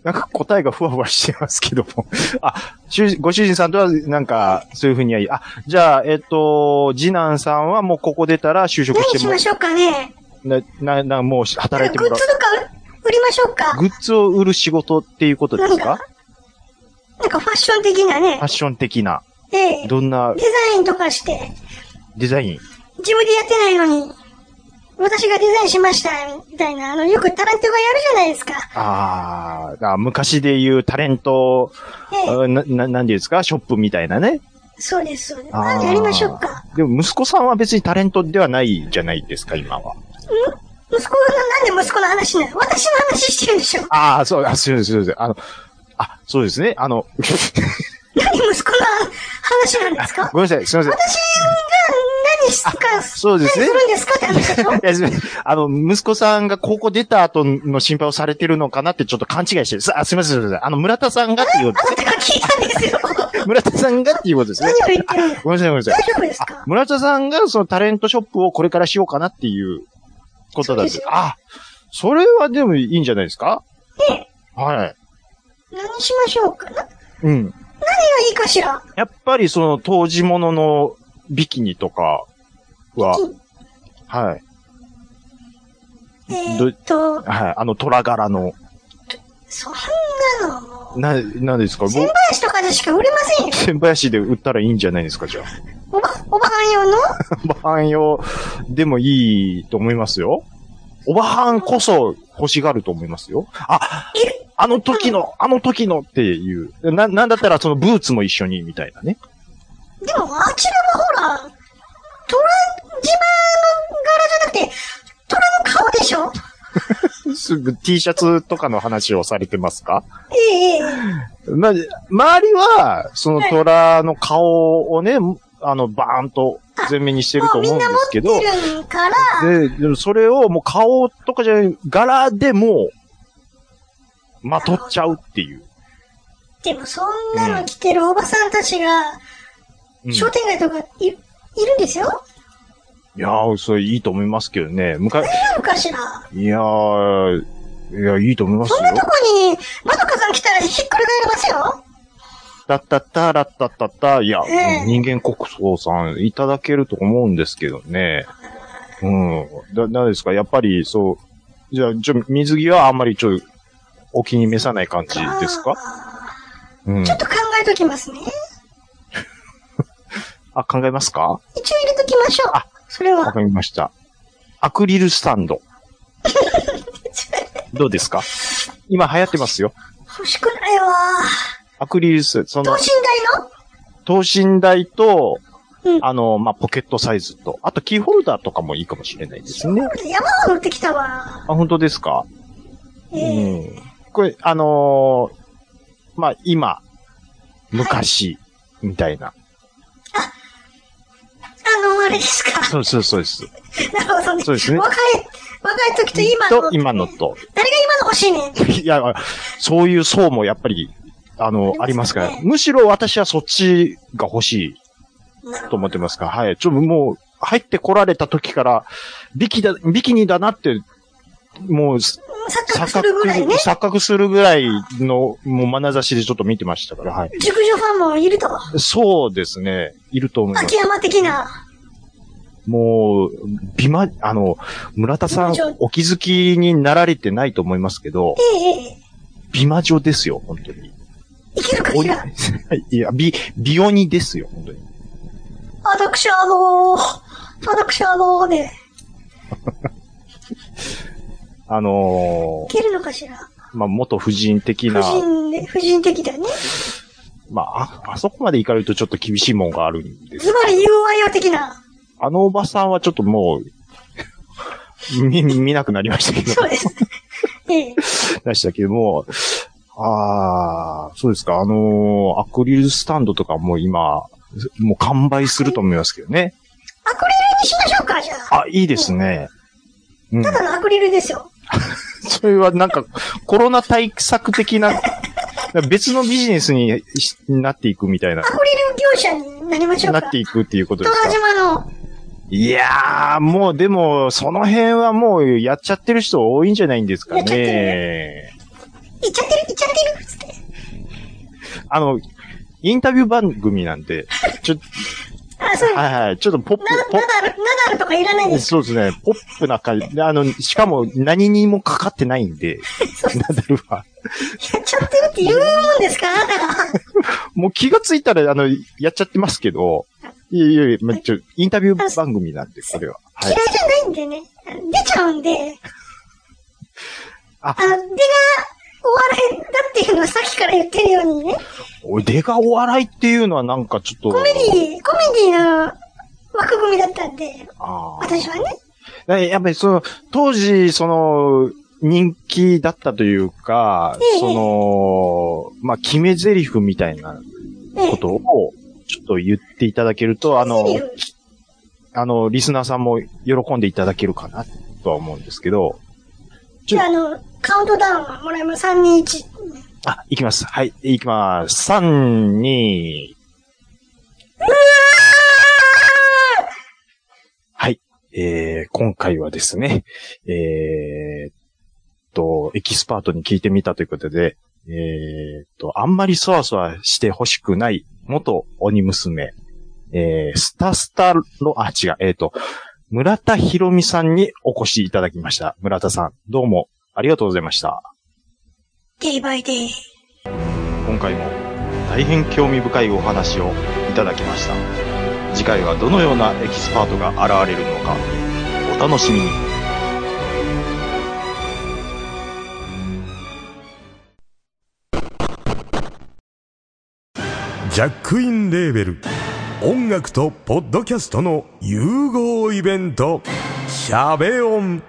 C: なんか答えがふわふわしてますけども。 あ、主人ご主人さんとはなんか、そういうふうにはいい。あ、じゃあ、えっ、と、次男さんはもうここ出たら就職
B: 何
C: して
B: し
C: も
B: ましょうかね。
C: な、な、な、もう
B: グッ
C: 働い
B: ズ
C: て
B: と
C: もら
B: か
C: う。
B: 売りましょうか。
C: グッズを売る仕事っていうことです
B: なん
C: か
B: かなんかファッション的な
C: フ
B: ね
C: ァッ、ション的な。
B: ええ
C: どんな
B: デザインとかして、
C: デザイン
B: 自分でやってないのに、私がデザインしました、みたいな、あの、よくタランティオがやるじゃないですか。
C: あーあ、昔で言うタレント、
B: ええ
C: あな、な、なんていうんですかショップみたいなね。
B: そうです、そうです。
C: あー
B: あやりましょうか。
C: でも息子さんは別にタレントではないじゃないですか、今は。
B: 息子がなんで息子の話なの私の話してるでしょ。
C: ああ、そう、あ、そうです、そうです。あの、あ、そうですね。あ の、
B: 何息子の話なんですか
C: ごめんなさい、すいませ
B: 私
C: ん。
B: が何しか、
C: そうですね
B: 何するんですかって 話でしょ
C: いやすみませんあの、息子さんが高校出た後の心配をされてるのかなってちょっと勘違いしてる。すあすみません、すみません。あの、村田さんがっていうこ
B: あなたが聞いたんです よ。
C: と、村田さんがっていうことですね
B: 何を。言ってるの
C: ごめんなさい、ごめんなさ
B: 大
C: い。
B: 丈夫です
C: あ
B: か
C: 村田さんがそのタレントショップをこれからしようかなっていうことだっ
B: そうです
C: て
B: よ。
C: あ、それはでもいいんじゃないですか
B: ね
C: はい。
B: 何しましょうかな何が
C: うん。
B: いいかしら
C: やっぱりその当時もののビキニとかは
B: ビキ、
C: はい。
B: えーっと、
C: はい。あの、虎柄の、
B: そんなのもう、
C: な、なんですか
B: 千
C: 僕、
B: 林とかでしか売れませんよ。
C: 千林で売ったらいいんじゃないですかじゃあ。
B: おば、おばはん用の
C: おばはん用でもいいと思いますよ。おばはんこそ欲しがると思いますよ。あ、あの時の、あの時のっていう。な、なんだったらそのブーツも一緒にみたいなね。
B: でも、あちらはほら、虎島の柄じゃなくて、虎の顔でしょ
C: すぐ T シャツとかの話をされてますか
B: ええ
C: ま、周りは、その虎の顔をね、あの、バーンと前面にしてる
B: も
C: と
B: うみ
C: 思うんんで
B: な持
C: す
B: って
C: けど、
B: るから、
C: で、でもそれをもう顔とかじゃない、柄でもう、まとっちゃうっていう。
B: でもそんなの着てるおばさんたちが、
C: うん
B: 商店街とかい,、いるんですよ
C: いやー、それいいと思いますけどね。昔、
B: なのかしら
C: いやー、いや、いいと思います
B: そんな
C: よ。
B: とこに、まどかさん来たらひっくり返りますよ
C: たったったらったったった、いや、
B: ええ
C: 人間国宝さんいただけると思うんですけどね。うん。だ、なんですかやっぱり、そう、じゃあ、ちょ、水着はあんまりちょ、お気に召さない感じですか
B: あ
C: うん
B: ーちょ。っと考えときますね。
C: あ、考えますか
B: 一応入れときましょう。
C: あ
B: それ
C: わ
B: は。
C: かりました。アクリルスタン ド。どうですか今流行ってますよ。
B: 欲しくないわ。
C: アクリルス、そ
B: 等
C: の、
B: 身大の
C: 等身大と、
B: うん
C: あの、まあ、ポケットサイズと、あとキーホルダーとかもいいかもしれないですね。
B: 山を乗ってきたわ。
C: あ、本当ですか
B: え
C: う
B: え
C: ん。これ、あのーまあ、今、昔、みたいな。
B: あの、あれですか。
C: そうそうそうです。
B: なるほどね。
C: そうですね
B: 若い、若い時と今の。
C: と、今のと。
B: 誰が今の欲しいねん。
C: いや、そういう層もやっぱり、あの、あ
B: あ
C: り
B: り
C: ま
B: ますす
C: か
B: から
C: ら、むしろ私はそっちが欲しい
B: なるほ
C: と
B: ど
C: 思ってますから、はい。ちょ、もう、入ってこられた時から、ビキだ、ビキニだなって、もう、
B: 錯覚
C: 錯
B: するぐらい
C: 覚、
B: ね。
C: 錯覚するぐらいの、もう眼差しでちょっと見てましたから、はい。
B: 熟女ファンもいると。
C: そうですね、いると思います
B: 秋。山的な。
C: もう、美ま、あの、村田さん
B: 美魔女、
C: お気づきになられてないと思いますけど、
B: ええええ
C: 美魔女ですよ、本当に。
B: いけるか
C: お
B: し
C: い
B: ら
C: い や、美、美鬼ですよ、本当に。
B: 私あのー、私あのーね、
C: あの
B: いけるのかしら。
C: ーまあ、元婦人的
B: 婦
C: な、
B: 人で、婦人的だね。
C: まあ、あ、あそこまで行かれるとちょっと厳しいもんがあるんです
B: つ。まり UIO 的な。
C: あのおばさんはちょっともう、 見、見なくなりましたけど。
B: そうです。 ええ
C: でしたけども、ああ、そうですか、あのーアクリルスタンドとかもう今、もう完売すると思いますけどね。
B: アクリルにしましょうか、じゃあ。
C: あ、いいですね。うん。
B: ただのアクリルですよ。
C: それはなんか、コロナ対策的な、別のビジネスにしなっていくみたいな
B: ア、クリル業者になりましょう
C: な
B: か。
C: っていくっていうことです
B: 虎
C: か。
B: 島の、
C: いやー、もうでも、その辺はもうやっちゃってる人多いんじゃないんですか
B: やっちゃってる
C: ね。
B: いっちゃってる、いっちゃってる、つって。
C: あの、インタビュー番組なんで、ちょ、
B: あ、そう。
C: はいはい、ちょっとポップ、
B: ナダ
C: ポ
B: ナ
C: ッ
B: ダル、ナダルとかいらないです。
C: そうですね。ポップな感じ。であの、しかも何にもかかってないんで、ナダルは。
B: やっちゃってるって言うもんですかあなたが。
C: もう気がついたら、あの、やっちゃってますけど、いやいやいや、まあちょ、インタビュー番組なんで、これは。は
B: 嫌い
C: い。
B: じゃないんでね。出ちゃうんで。
C: あ
B: あの、出が、笑いだっていうのはさっきから言ってるようにね。
C: おい、でかお笑いっていうのはなんかちょっと、
B: コメディ、コメディの枠組みだったんで、
C: あー
B: 私はね。
C: だやっぱりその、当時、その、人気だったというか、
B: ええ
C: その、まあ、決め台詞みたいな
B: ええ
C: ことを、ちょっと言っていただけると、あの、
B: セリフ
C: あの、リスナーさんも喜んでいただけるかな、とは思うんですけど、
B: じゃあ、あの、カウントダウンはもらえます。3、2、1。
C: あ、いきます。はい、いきます。3、2、はい。えー、今回はですね、えー、と、エキスパートに聞いてみたということで、えー、と、あんまりそわそわしてほしくない、元鬼娘、えー、スタスタの、あ、違う、えー、と、村田博美さんにお越しいただきました。村田さん、どうもありがとうございました。
B: デイバイデイ。
C: 今回も大変興味深いお話をいただきました次回はどのようなエキスパートが現れるのかお楽しみに
D: ジャックインレーベル音楽とポッドキャストの融合イベント「シャベオン」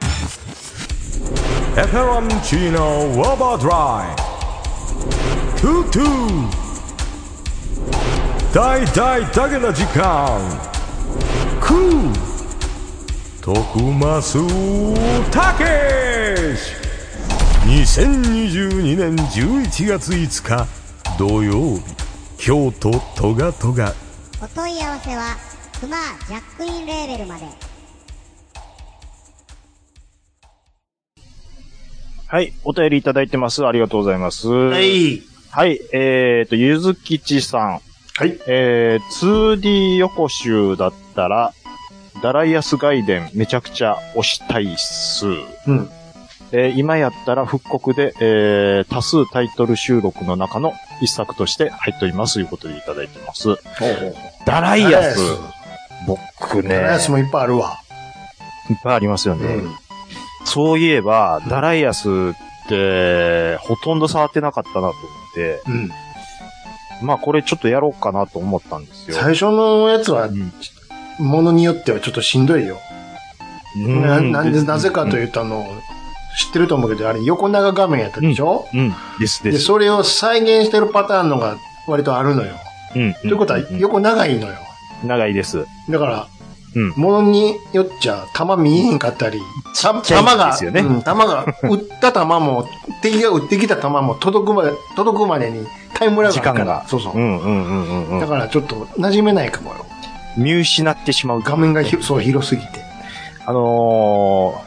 D: 「エフェロンチーノウォーバードライ」「トゥトゥ」「大大だけな時間」「クー」「徳マスたけし」2022年11月5日土曜日京都トガトガ
E: お問い合わせはクマージャックインレーベルまで
C: はいお便りいただいてますありがとうございますは
F: は、い。
C: はい、えーとゆずきちさん
F: はい。
C: えー、2D 横集だったらダライアス外伝めちゃくちゃ推したいっす
F: うん。
C: えー今やったら復刻で、えー多数タイトル収録の中の一作として入っておりますということでいただいてます。
F: ほうほう
C: ダライ
F: ダライ
C: ア
F: ア
C: ス
F: ス。
C: 僕ね、
F: ダライアス
C: い
F: もいっぱいあるわ。
C: っぱいありますよ
F: う
C: ね。
F: ん。
C: そういえば、ダライアスって、ほとんど触ってなかったなと思って、
F: うん。
C: まあこれちょっとやろうかなと思ったんですよ。
F: 最初のやつは
C: う、ん
F: ものによってはちょっとしんどいよ。
C: うん
F: ななんで、なぜかと
C: う。
F: いうと、あの、知ってると思うけど、あれ横長画面やったでしょ
C: うん、ですで。
F: ですそれを再現してるパターンのが割とあるのよ。
C: うん。
F: ということは、
C: ん
F: 横長いのよ。
C: 長いです。
F: だから、
C: うん
F: ものによっちゃ、弾見えへんかったり、た
C: ちゃい
F: 弾が、
C: ですよね
F: うん弾が、撃った弾も、敵が撃ってきた弾も届くまで、届くまでにタイムラグあるか
C: 時間
F: ら、
C: が
F: そうそう
C: う。んうんうんうんう
F: だ
C: ん。
F: からちょっと馴染めないかもよ。
C: 見失ってしまう。
F: 画面がひそう広すぎて。
C: あの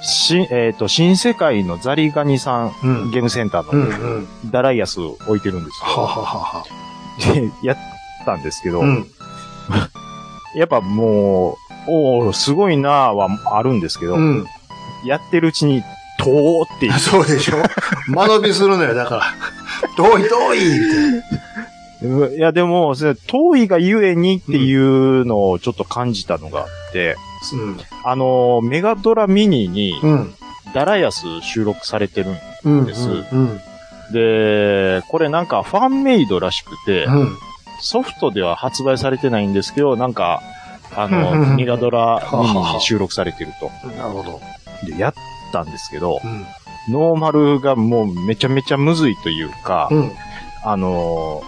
C: ー、し、えっ、と、新世界のザリガニさん、
F: うん
C: ゲームセンター
F: うん
C: の
F: うん。
C: ダライアスを置いてるんです
F: はあはあはあは
C: よ。でやったんですけど、
F: あ。うん。
C: やっぱもう、おおすごいなーはあるんですけど、
F: うん。
C: やってるうちに、とーっていう
F: そうでし ょ間延びするのよ、だから。遠い遠いって。
C: うんいや、でも、それ遠いがゆえにっていうのをちょっと感じたのがあって、
F: うん。
C: あのーメガドラミニに
F: うん。
C: ダライアス収録されてるん
F: うん。
C: です
F: うん。
C: で、これなんかファンメイドらしくて、
F: うん。
C: ソフトでは発売されてないんですけど、なんか、あ
F: うんうんう
C: の、
F: ん
C: ミガドラミニに収録されてると。
F: なるほど。
C: で、やったんですけど、
F: うん。
C: ノーマルがもうめちゃめちゃむずいというか、
F: うん。
C: あの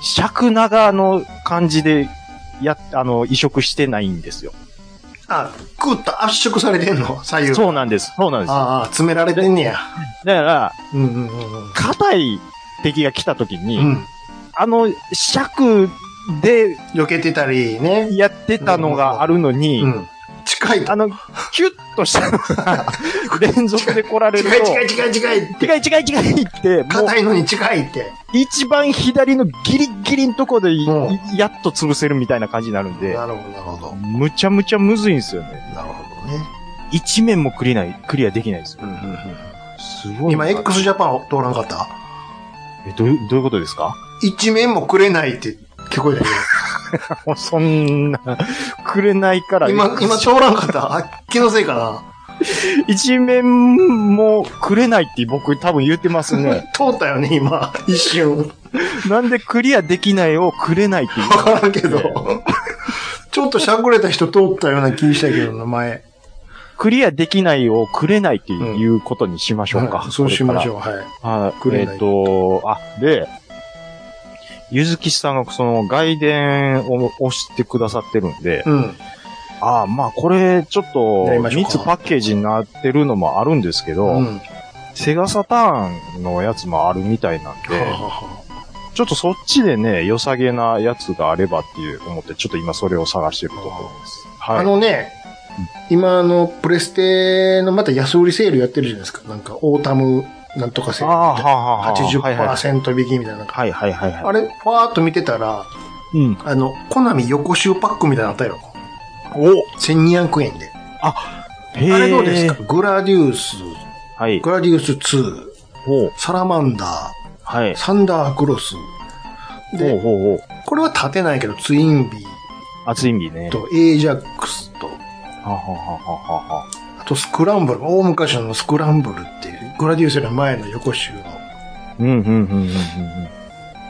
C: ー、尺長の感じで、や、あの、移植してないんですよ。
F: あ、グッと圧縮されてんの左右。
C: そうなんです。そうなんです。だか
F: ああ、詰められてんねや。
C: ら、
F: うんうんうん
C: 硬い敵が来た時に、
F: うん。うん。
C: あの、尺で
F: 避けてたりね。
C: やってたのがあるのに、
F: うん。近いと。
C: あの、キュッとしたのが、連続で来られる
F: 近い
C: と、
F: 近い近い近いって。
C: 近い近い近いって、もう
F: 硬いのに近いって。
C: 一番左のギリギリのとこでい、
F: うん
C: やっと潰せるみたいな感じになるんで、
F: なるほど、なるほど。
C: むちゃむちゃむずいんですよね。
F: なるほどね。
C: 一面もクリない、クリアできないですよ。
F: うんうんうん。
C: すごいな。
F: 今、x ジャパンを通らなかった
C: え、どういう、どういうことです か
F: 一面もくれないって聞こえたけ
C: そんな、くれないから。
F: ど。今、今
C: ちょ
F: 通らなかったあ、気のせいかな
C: 一面もくれないって僕多分言ってます ね。
F: 通ったよね、今。一瞬。
C: なんでクリアできないをくれないって言う
F: わからんけど。ちょっとしゃくれた人通ったような気にしたけどな、前。
C: クリアできないをくれないっていうことにしましょうか。
F: はいそうしましょう。
C: う。
F: はい。
C: はい。
F: くれ
C: えっ、
F: ない
C: と、あ、で、ゆずきさんがその外伝を押してくださってるんで、
F: うん。
C: ああ、まあこれちょっと
F: やりましょう
C: 3
F: か
C: つパッケージになってるのもあるんですけど、
F: うん。
C: セガサターンのやつもあるみたいなんで、
F: は
C: ちょっとそっちでね、良さげなやつがあればっていう思って、ちょっと今それを探してるところです。
F: あ
C: はい。
F: のね、今あの、プレステのまた安売りセールやってるじゃないですか。なんか、オータムなんとかセール。
C: あーはあはあはあはいはい
F: 80%引きみたいな。なんか
C: はいはいはいはい。
F: あれ、ファーっと見てたら、
C: うん。
F: あの、コナミ横集パックみたいなのあったよ。
C: お
F: 1200円で。
C: へー
F: あれどうですかグラディウス、
C: はい。
F: グラディウス2、
C: ほう。
F: サラマンダ
C: はい
F: ー、。サンダークロス。
C: ほう
F: で、
C: ほうほう。
F: これは立てないけど、ツインビ
C: 熱いんびね
F: ー。と、エージャックスと、
C: はははははは。
F: あとスクランブル、大昔のスクランブルっていう、グラディウスより前の横集の
C: うんうんうんうんうんうん。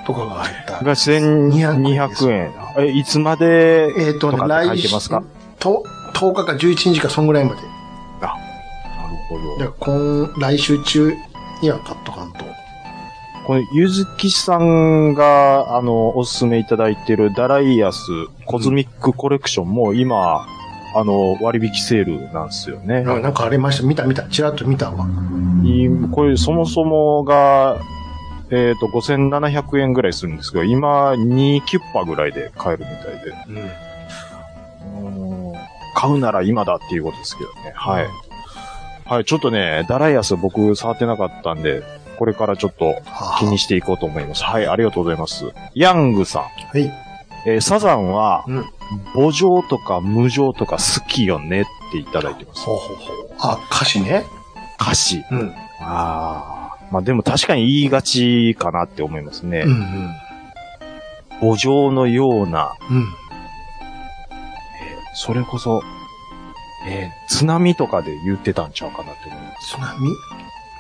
F: とかが入った。
C: が1200
F: 200
C: 円。え、いつまで、
F: えっ、と
C: と
F: ね、
C: かって書
F: 来
C: いて
F: 週
C: ますか
F: と10日か11日か、そんぐらいまで。
C: なるほ
F: だ
C: ど。
F: から今、来週中には買っとかんと。
C: このゆずきさんが、あの、おすすめいただいてるダライアスコズミックコレクションも今、あの、割引セールなんですよね。
F: あなんかありました。見た見た。ちらっと見たわ。
C: いこれそもそもが、えっ、と、5700円ぐらいするんですけど、今、2キュッパぐらいで買えるみたいで。
F: うん。
C: 買うなら今だっていうことですけどね。はい。はい、ちょっとね、ダライアス僕触ってなかったんで、これからちょっと気にしていこうと思います。はい、ありがとうございます。ヤングさん。
F: はい。
C: えーサザンは、
F: うん
C: 母情とか無情とか好きよねっていただいてます。
F: ほうほうほう。あ、歌詞ね。
C: 歌詞。
F: うん。うん
C: ああ。まあでも確かに言いがちかなって思いますね。
F: うん。
C: 母情のような、
F: うん。
C: それこそ、えー津波とかで言ってたんちゃうかなって思います。
F: 津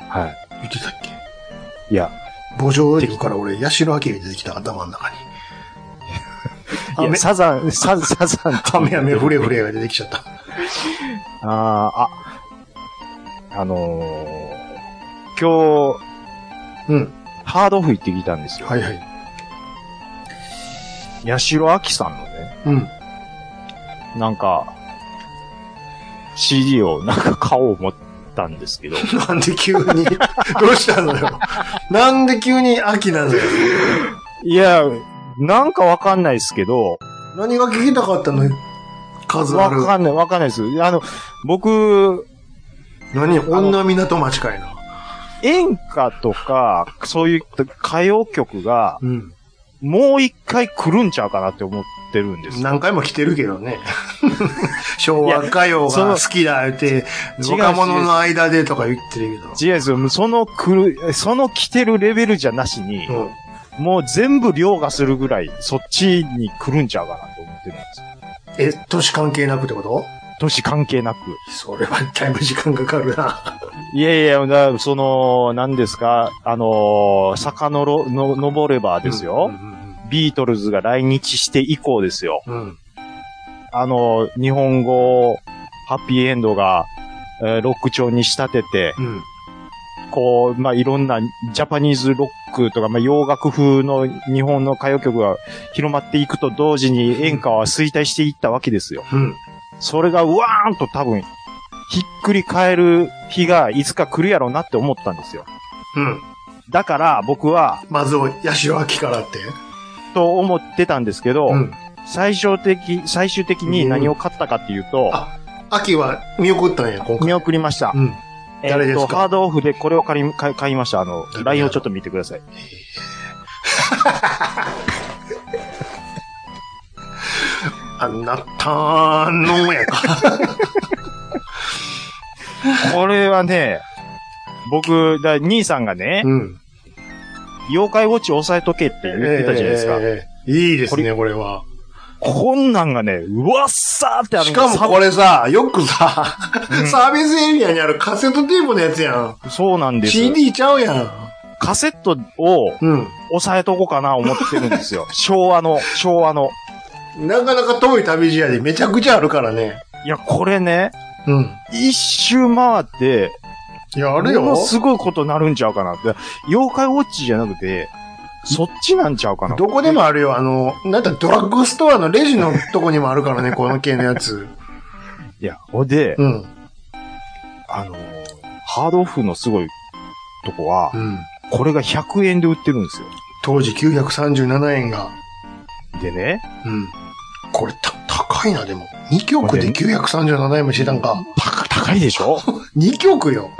F: 波
C: はい。
F: 言ってたっけ
C: いや、
F: 母上って言うから俺、八代明出てきた頭の中に。
C: いや
F: 雨
C: サザ ン、ササザンって言う
F: 雨雨フレフレが出てきちゃった。
C: あーあ、あのー今
F: うん。
C: 日、ハード吹いてきたんですよ。
F: はいはい。
C: 八代亜紀さんのね、
F: うん。
C: なんか、CD をなんか買おう思ったんですけど、
F: なんで急に、 どうしたのよ。なんで急に秋なのよ。
C: いや、なんかわかんないですけど、
F: 何が聞きたかったのよ。数あ
C: わ
F: る。
C: かんない、わかんないです。あの、僕、
F: 何女港町かいな。
C: 演歌とか、そういう歌謡曲が、
F: うん。
C: もう一回来るんちゃうかなって思ってるんです。
F: 何回も来てるけどね。昭和歌謡
C: その
F: が好きだ言って、
C: 違う
F: 若者の間でとか言ってるけ
C: 違うんですよ。その来る、その来てるレベルじゃなしに、
F: ど。うん。
C: もう全部凌駕するぐらい、そっちに来るんちゃうかなと思ってるんですよ。
F: え、年関係なくってこと
C: 年関係なく。
F: それはだいぶ時間かかるな。
C: いやいや、だその、何ですか、あのー坂のろ、の、登ればですよ。
F: うん
C: ビートルズが来日して以降ですよ。
F: うんうん。うん。
C: あのー日本語、ハッピーエンドが、えーロック調に仕立てて、
F: うん。
C: こう、まあ、いろんなジャパニーズロックとか、まあ、洋楽風の日本の歌謡曲が広まっていくと同時に演歌は衰退していったわけですよ。
F: うん。
C: それがうわーんと多分、ひっくり返る日がいつか来るやろうなって思ったんですよ。
F: うん。
C: だから僕は、
F: まずは、八代秋からって。
C: と思ってたんですけど、
F: うん。
C: 最終的、最終的に何を買ったかっていうと、
F: あ秋は見送ったんや、今回。
C: 見送りました。
F: うん。
C: えーっと
F: 誰ですか
C: ハードオフでこれを借り買い買いました。あの、
F: 誰だ
C: LINE をちょっと見てください。
F: あなたのや か。
C: これはね、僕、だ兄さんがね、
F: うん。
C: 妖怪ウォッチ押さえとけって言ってたじゃないですか。
F: ええええいいですね、これは。
C: こんなんがね、うわっさーってある
F: し
C: んで
F: か
C: す
F: もこれさ、よくさ、 サービスエリアにあるカセットテープのやつやん。
C: そうなんです。
F: CD ちゃうやん。
C: カセットを
F: うん。
C: 押さえとこうかな思ってるんですよ。昭和の、昭和の。
F: なかなか遠い旅路やでめちゃくちゃあるからね。
C: いや、これね、
F: うん。
C: 一周回って、
F: いや、ある
C: もの
F: よ。
C: すごいことになるんちゃうかなって。妖怪ウォッチじゃなくて、そっちなんちゃうかな。
F: どこでもあるよ。あの、なんだ、ドラッグストアのレジのとこにもあるから ね、この系のやつ。
C: いや、ほんで、
F: うん。
C: あのー、ハードオフのすごいとこは
F: う、ん。
C: これが100円で売ってるんですよ。
F: 当時937円が。
C: でね、
F: うん。これた、高いな、でも。2曲で937円もしてたんか。
C: 高高いでしょ
F: 2曲よ。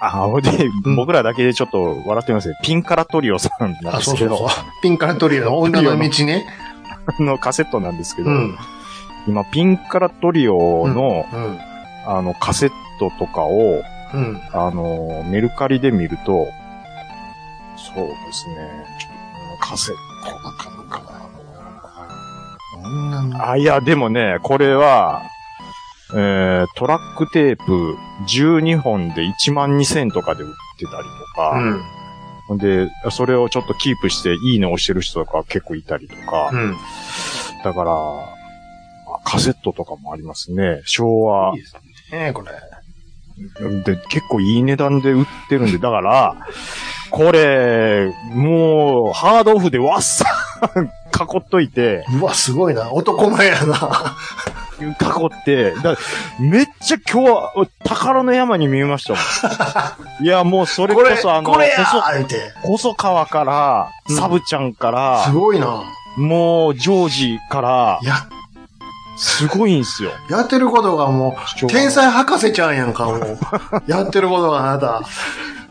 C: あ、ほんで、
F: ん
C: 僕らだけでちょっと笑ってますけど、ピンカラトリオさんなん
F: あ、
C: です
F: そう
C: け
F: そう
C: ど、
F: そう。ピンからトリオの女の道ね。
C: のカセットなんですけど、
F: うん。
C: 今、ピンカラトリオの、
F: うん。
C: あの、カセットとかを、
F: うん。
C: あの、メルカリで見ると、そうですね、ちょっとカセットわかるか
F: こんなの
C: な。あ、いや、でもね、これは、えー、トラックテープ12本で1万2000とかで売ってたりと
F: う
C: か、
F: ん。
C: ほん、で、それをちょっとキープしていいねを押してる人とか結構いたりとか、
F: うん。
C: だから、まあカセットとかもありますね。昭和
F: いい。ですね、これ。
C: で、結構いい値段で売ってるんで、だから、これ、もう、ハードオフでわっさ、 囲っといて、
F: うわ、すごいな。男前やな。
C: 囲って、だめっちゃ今日は、宝の山に見えましたもん。いや、もうそれ
F: こ
C: こ
F: れ、
C: そ、あの、
F: これや
C: 細
F: ーって。
C: 細川から、
F: うん
C: サブちゃんから
F: す、ごいな。
C: もう、ジョージから、
F: や、
C: すごいんすよ。
F: やってることがもう、天才博士ちゃんやんか、も う。やってることがあなた。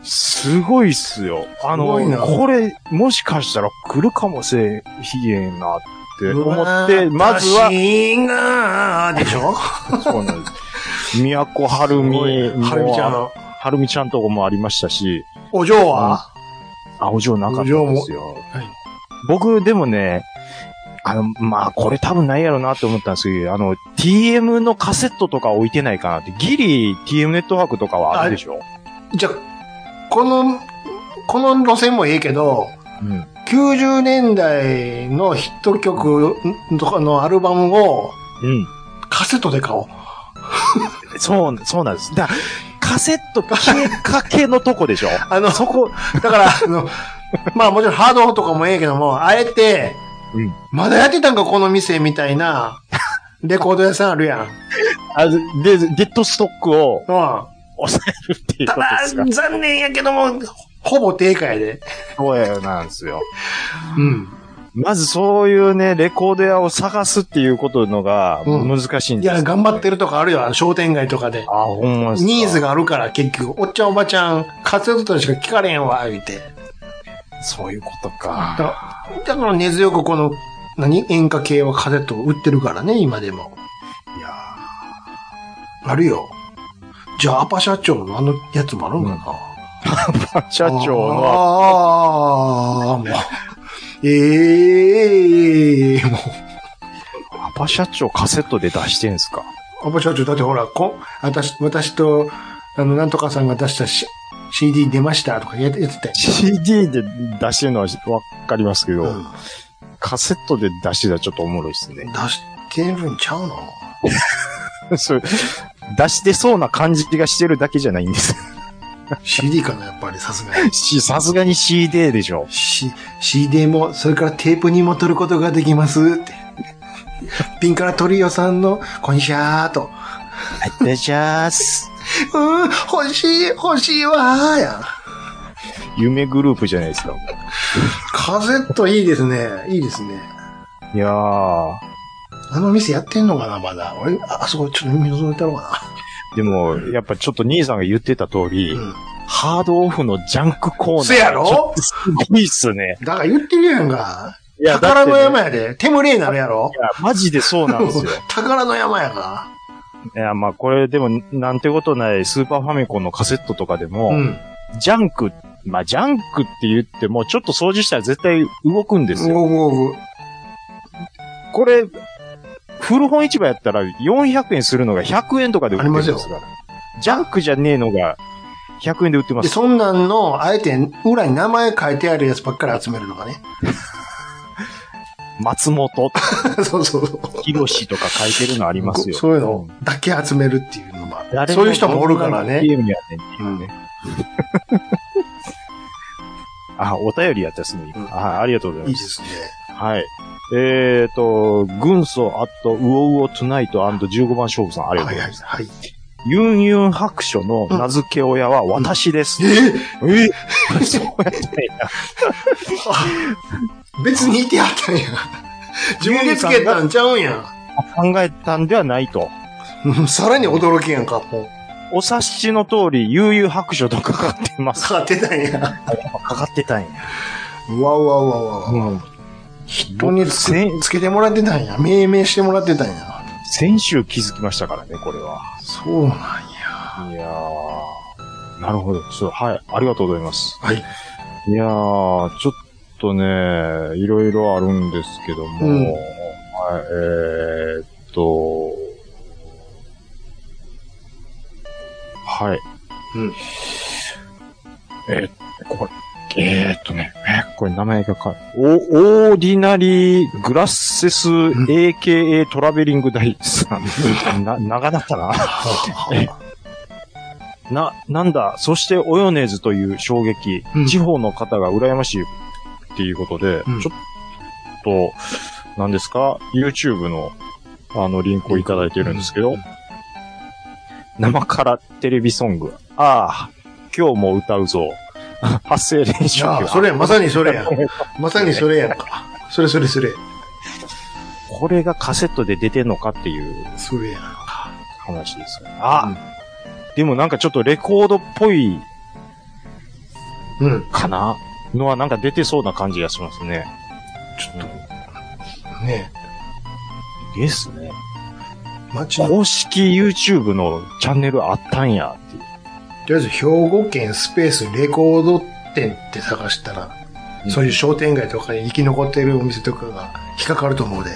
C: すごいっすよ。あ
F: すごいな
C: の、これ、もしかしたら来るかもしれへんなって思って、
F: うわー
C: まずは
F: マ、シンガーでしょ
C: そうなんです。宮古はるみ、
F: はるみちゃん
C: も
F: の。
C: う。はるみちゃんとこもありましたし、
F: お嬢は
C: あ、お嬢なかったんですよ。
F: はい
C: 僕、でもね、あの、まあ、これ多分ないやろうなって思ったんですけど、あの、TM のカセットとか置いてないかなって、ギリ TM ネットワークとかはあるでしょ
F: じゃ、この、この路線もいいけど、
C: うん。
F: 90年代のヒット曲とかのアルバムを
C: うん。
F: カセットで買おう。
C: そう、そうなんです。だからカセットかけかけのとこ でしょ
F: あの、そこ、 だから、あの、まあもちろんハードとかもええけども、あえて、
C: うん
F: まだやってたんか、この店みた いな、レコード屋さんあるやん。うん。
C: あで、デッドストックを抑えるっていう
F: た
C: こと
F: だ
C: ですか、
F: 残念やけども、ほぼ定価やで。
C: そうなんですよ。
F: うん。
C: まずそういうね、レコード屋を探すっていうことのが
F: うん
C: 難しいん
F: い
C: です、
F: や、頑張ってるとかあるよ、あの商店街とかで。
C: あ、ほんまですか
F: ニーズ。があるから、結局、おっちゃんおばちゃん、カセットとしか聞かれへんわ、言うて。
C: そういうことか。
F: だだから根強くこの、何演歌系はカセットを売ってるからね、今でも。
C: いや
F: あるよ。じゃあ、アパ社長のあのやつもあるんかな、
C: ー社長の、
F: ああ、もう。ええも
C: アパ社長カセットで出してんすか
F: う。アパ社長、だってほら、こ、私、私と、あの、なんとかさんが出したし CD 出ましたとかやってやってたよ
C: ?CD で出してるのはわかりますけど、
F: うん
C: カセットで出してたらちょっとおもろいですね。
F: 出してるんちゃうの
C: そう出してそうな感じがしてるだけじゃないんです。
F: ?CD かな、やっぱり、さすがに。
C: しさすがに CD でしょ。
F: C、CD も、それからテープにも取ることができますって。ピンからトリオさんの、こんにちはーと。
C: でしゃーす。
F: うー、欲しい、欲しいわーやん。
C: 夢グループじゃないですか。
F: カセットいいですね。いいですね。
C: いやー。
F: あの店やってんのかな、まだ。俺、ああそこちょっと見覗いたろうか
C: でも、やっぱちょっと兄さんが言ってた通り、
F: な。うん。
C: ハードオフのジャンクコーナー。
F: せやろ
C: ちょっとすごいっすね。
F: だから言ってるやんか。
C: いや、だっ
F: 宝
C: て
F: の
C: ね、
F: 山やで。手無礼になるやろ
C: い。や、マジでそうなんですよ。
F: 宝の山やか
C: いや、まあこれでも、なんてことない、スーパーファミコンのカセットとかでも、
F: ら。うん。
C: ジャンク、まあジャンクって言っても、ちょっと掃除したら絶対動くんですよ。
F: 動く動く。
C: これ、古本市場やったら400円するのが100円とかで売ってるんです
F: あり
C: から。ジャンクじゃねえのが100円で売ってま。
F: ですそんなんの、あえて裏に名前書いてあるやつばっかり集めるのがね。
C: 松本、
F: そうそうそう。
C: 広しとか書いてるのありますよ。
F: そういうのだけ集めるっていうのもある
C: 誰も
F: そういう人もおるから
C: どんなゲ
F: ね。
C: ームやねんっていうね。あ、お便りやったですね、今。
F: うん
C: あありがとうござ
F: い
C: い
F: い
C: ま。
F: ですすね。
C: はい。えっ、ー、と、軍曹アットウオウオトゥナイト &15 番勝負さん、ありが
F: は
C: とう
F: い
C: ござ
F: はいい
C: ます。
F: はい。
C: ユンユン白書の名付け親は私です。ええ そうやって
F: 別にいてやったんや。 自分でつけたんちゃうんや。
C: 考えたんではないと。
F: うん さらに驚きやんか、もう。
C: お察しの通り、悠々白書とかかってます。
F: さあ、出たんや。
C: かかってたんや。
F: うわうわうわうわ。
C: うん。
F: 人につけつけてもらってたんや。命名してもらってたんや。
C: 先週気づきましたからね、これは。
F: そうなんや。
C: いやー。なるほど。そう、はい。ありがとうございます。
F: はい。
C: いやー、ちょっとね、いろいろあるんですけども、
F: うん
C: はい、えーっと、はい。
F: うん。
C: えーこれ、えーっとね、えーこれ名前がか、お、オーディナリー・グラッセス AKA トラベリングダイさん。 な、長だったな。な、なんだ、そしてオヨネーズという衝撃、
F: うん
C: 地方の方が羨ましいっていうことで、
F: うん
C: ちょっと、なんですか、YouTube の、あの、リンクをいただいてるんですけど、生からテレビソング、ああ、今日も歌うぞ、発声練
F: い
C: 習
F: や、
C: 曲。
F: それ、まさにそれやん。まさにそれやんか。それそれそれ。
C: これがカセットで出てんのかっていう
F: それやん。
C: 話ですよね。あ、でもなんかちょっとレコードっぽい
F: うん。
C: かなのはなんか出てそうな感じがしますね。
F: ちょっと、ね
C: ですね。
F: 町の、と
C: 公式 YouTube のチャンネルあったんやっていう。
F: りあえず兵庫県スペースレコード店って探したら、
C: うん
F: そういう商店街とかに生き残ってるお店とかが引っかかると思うで。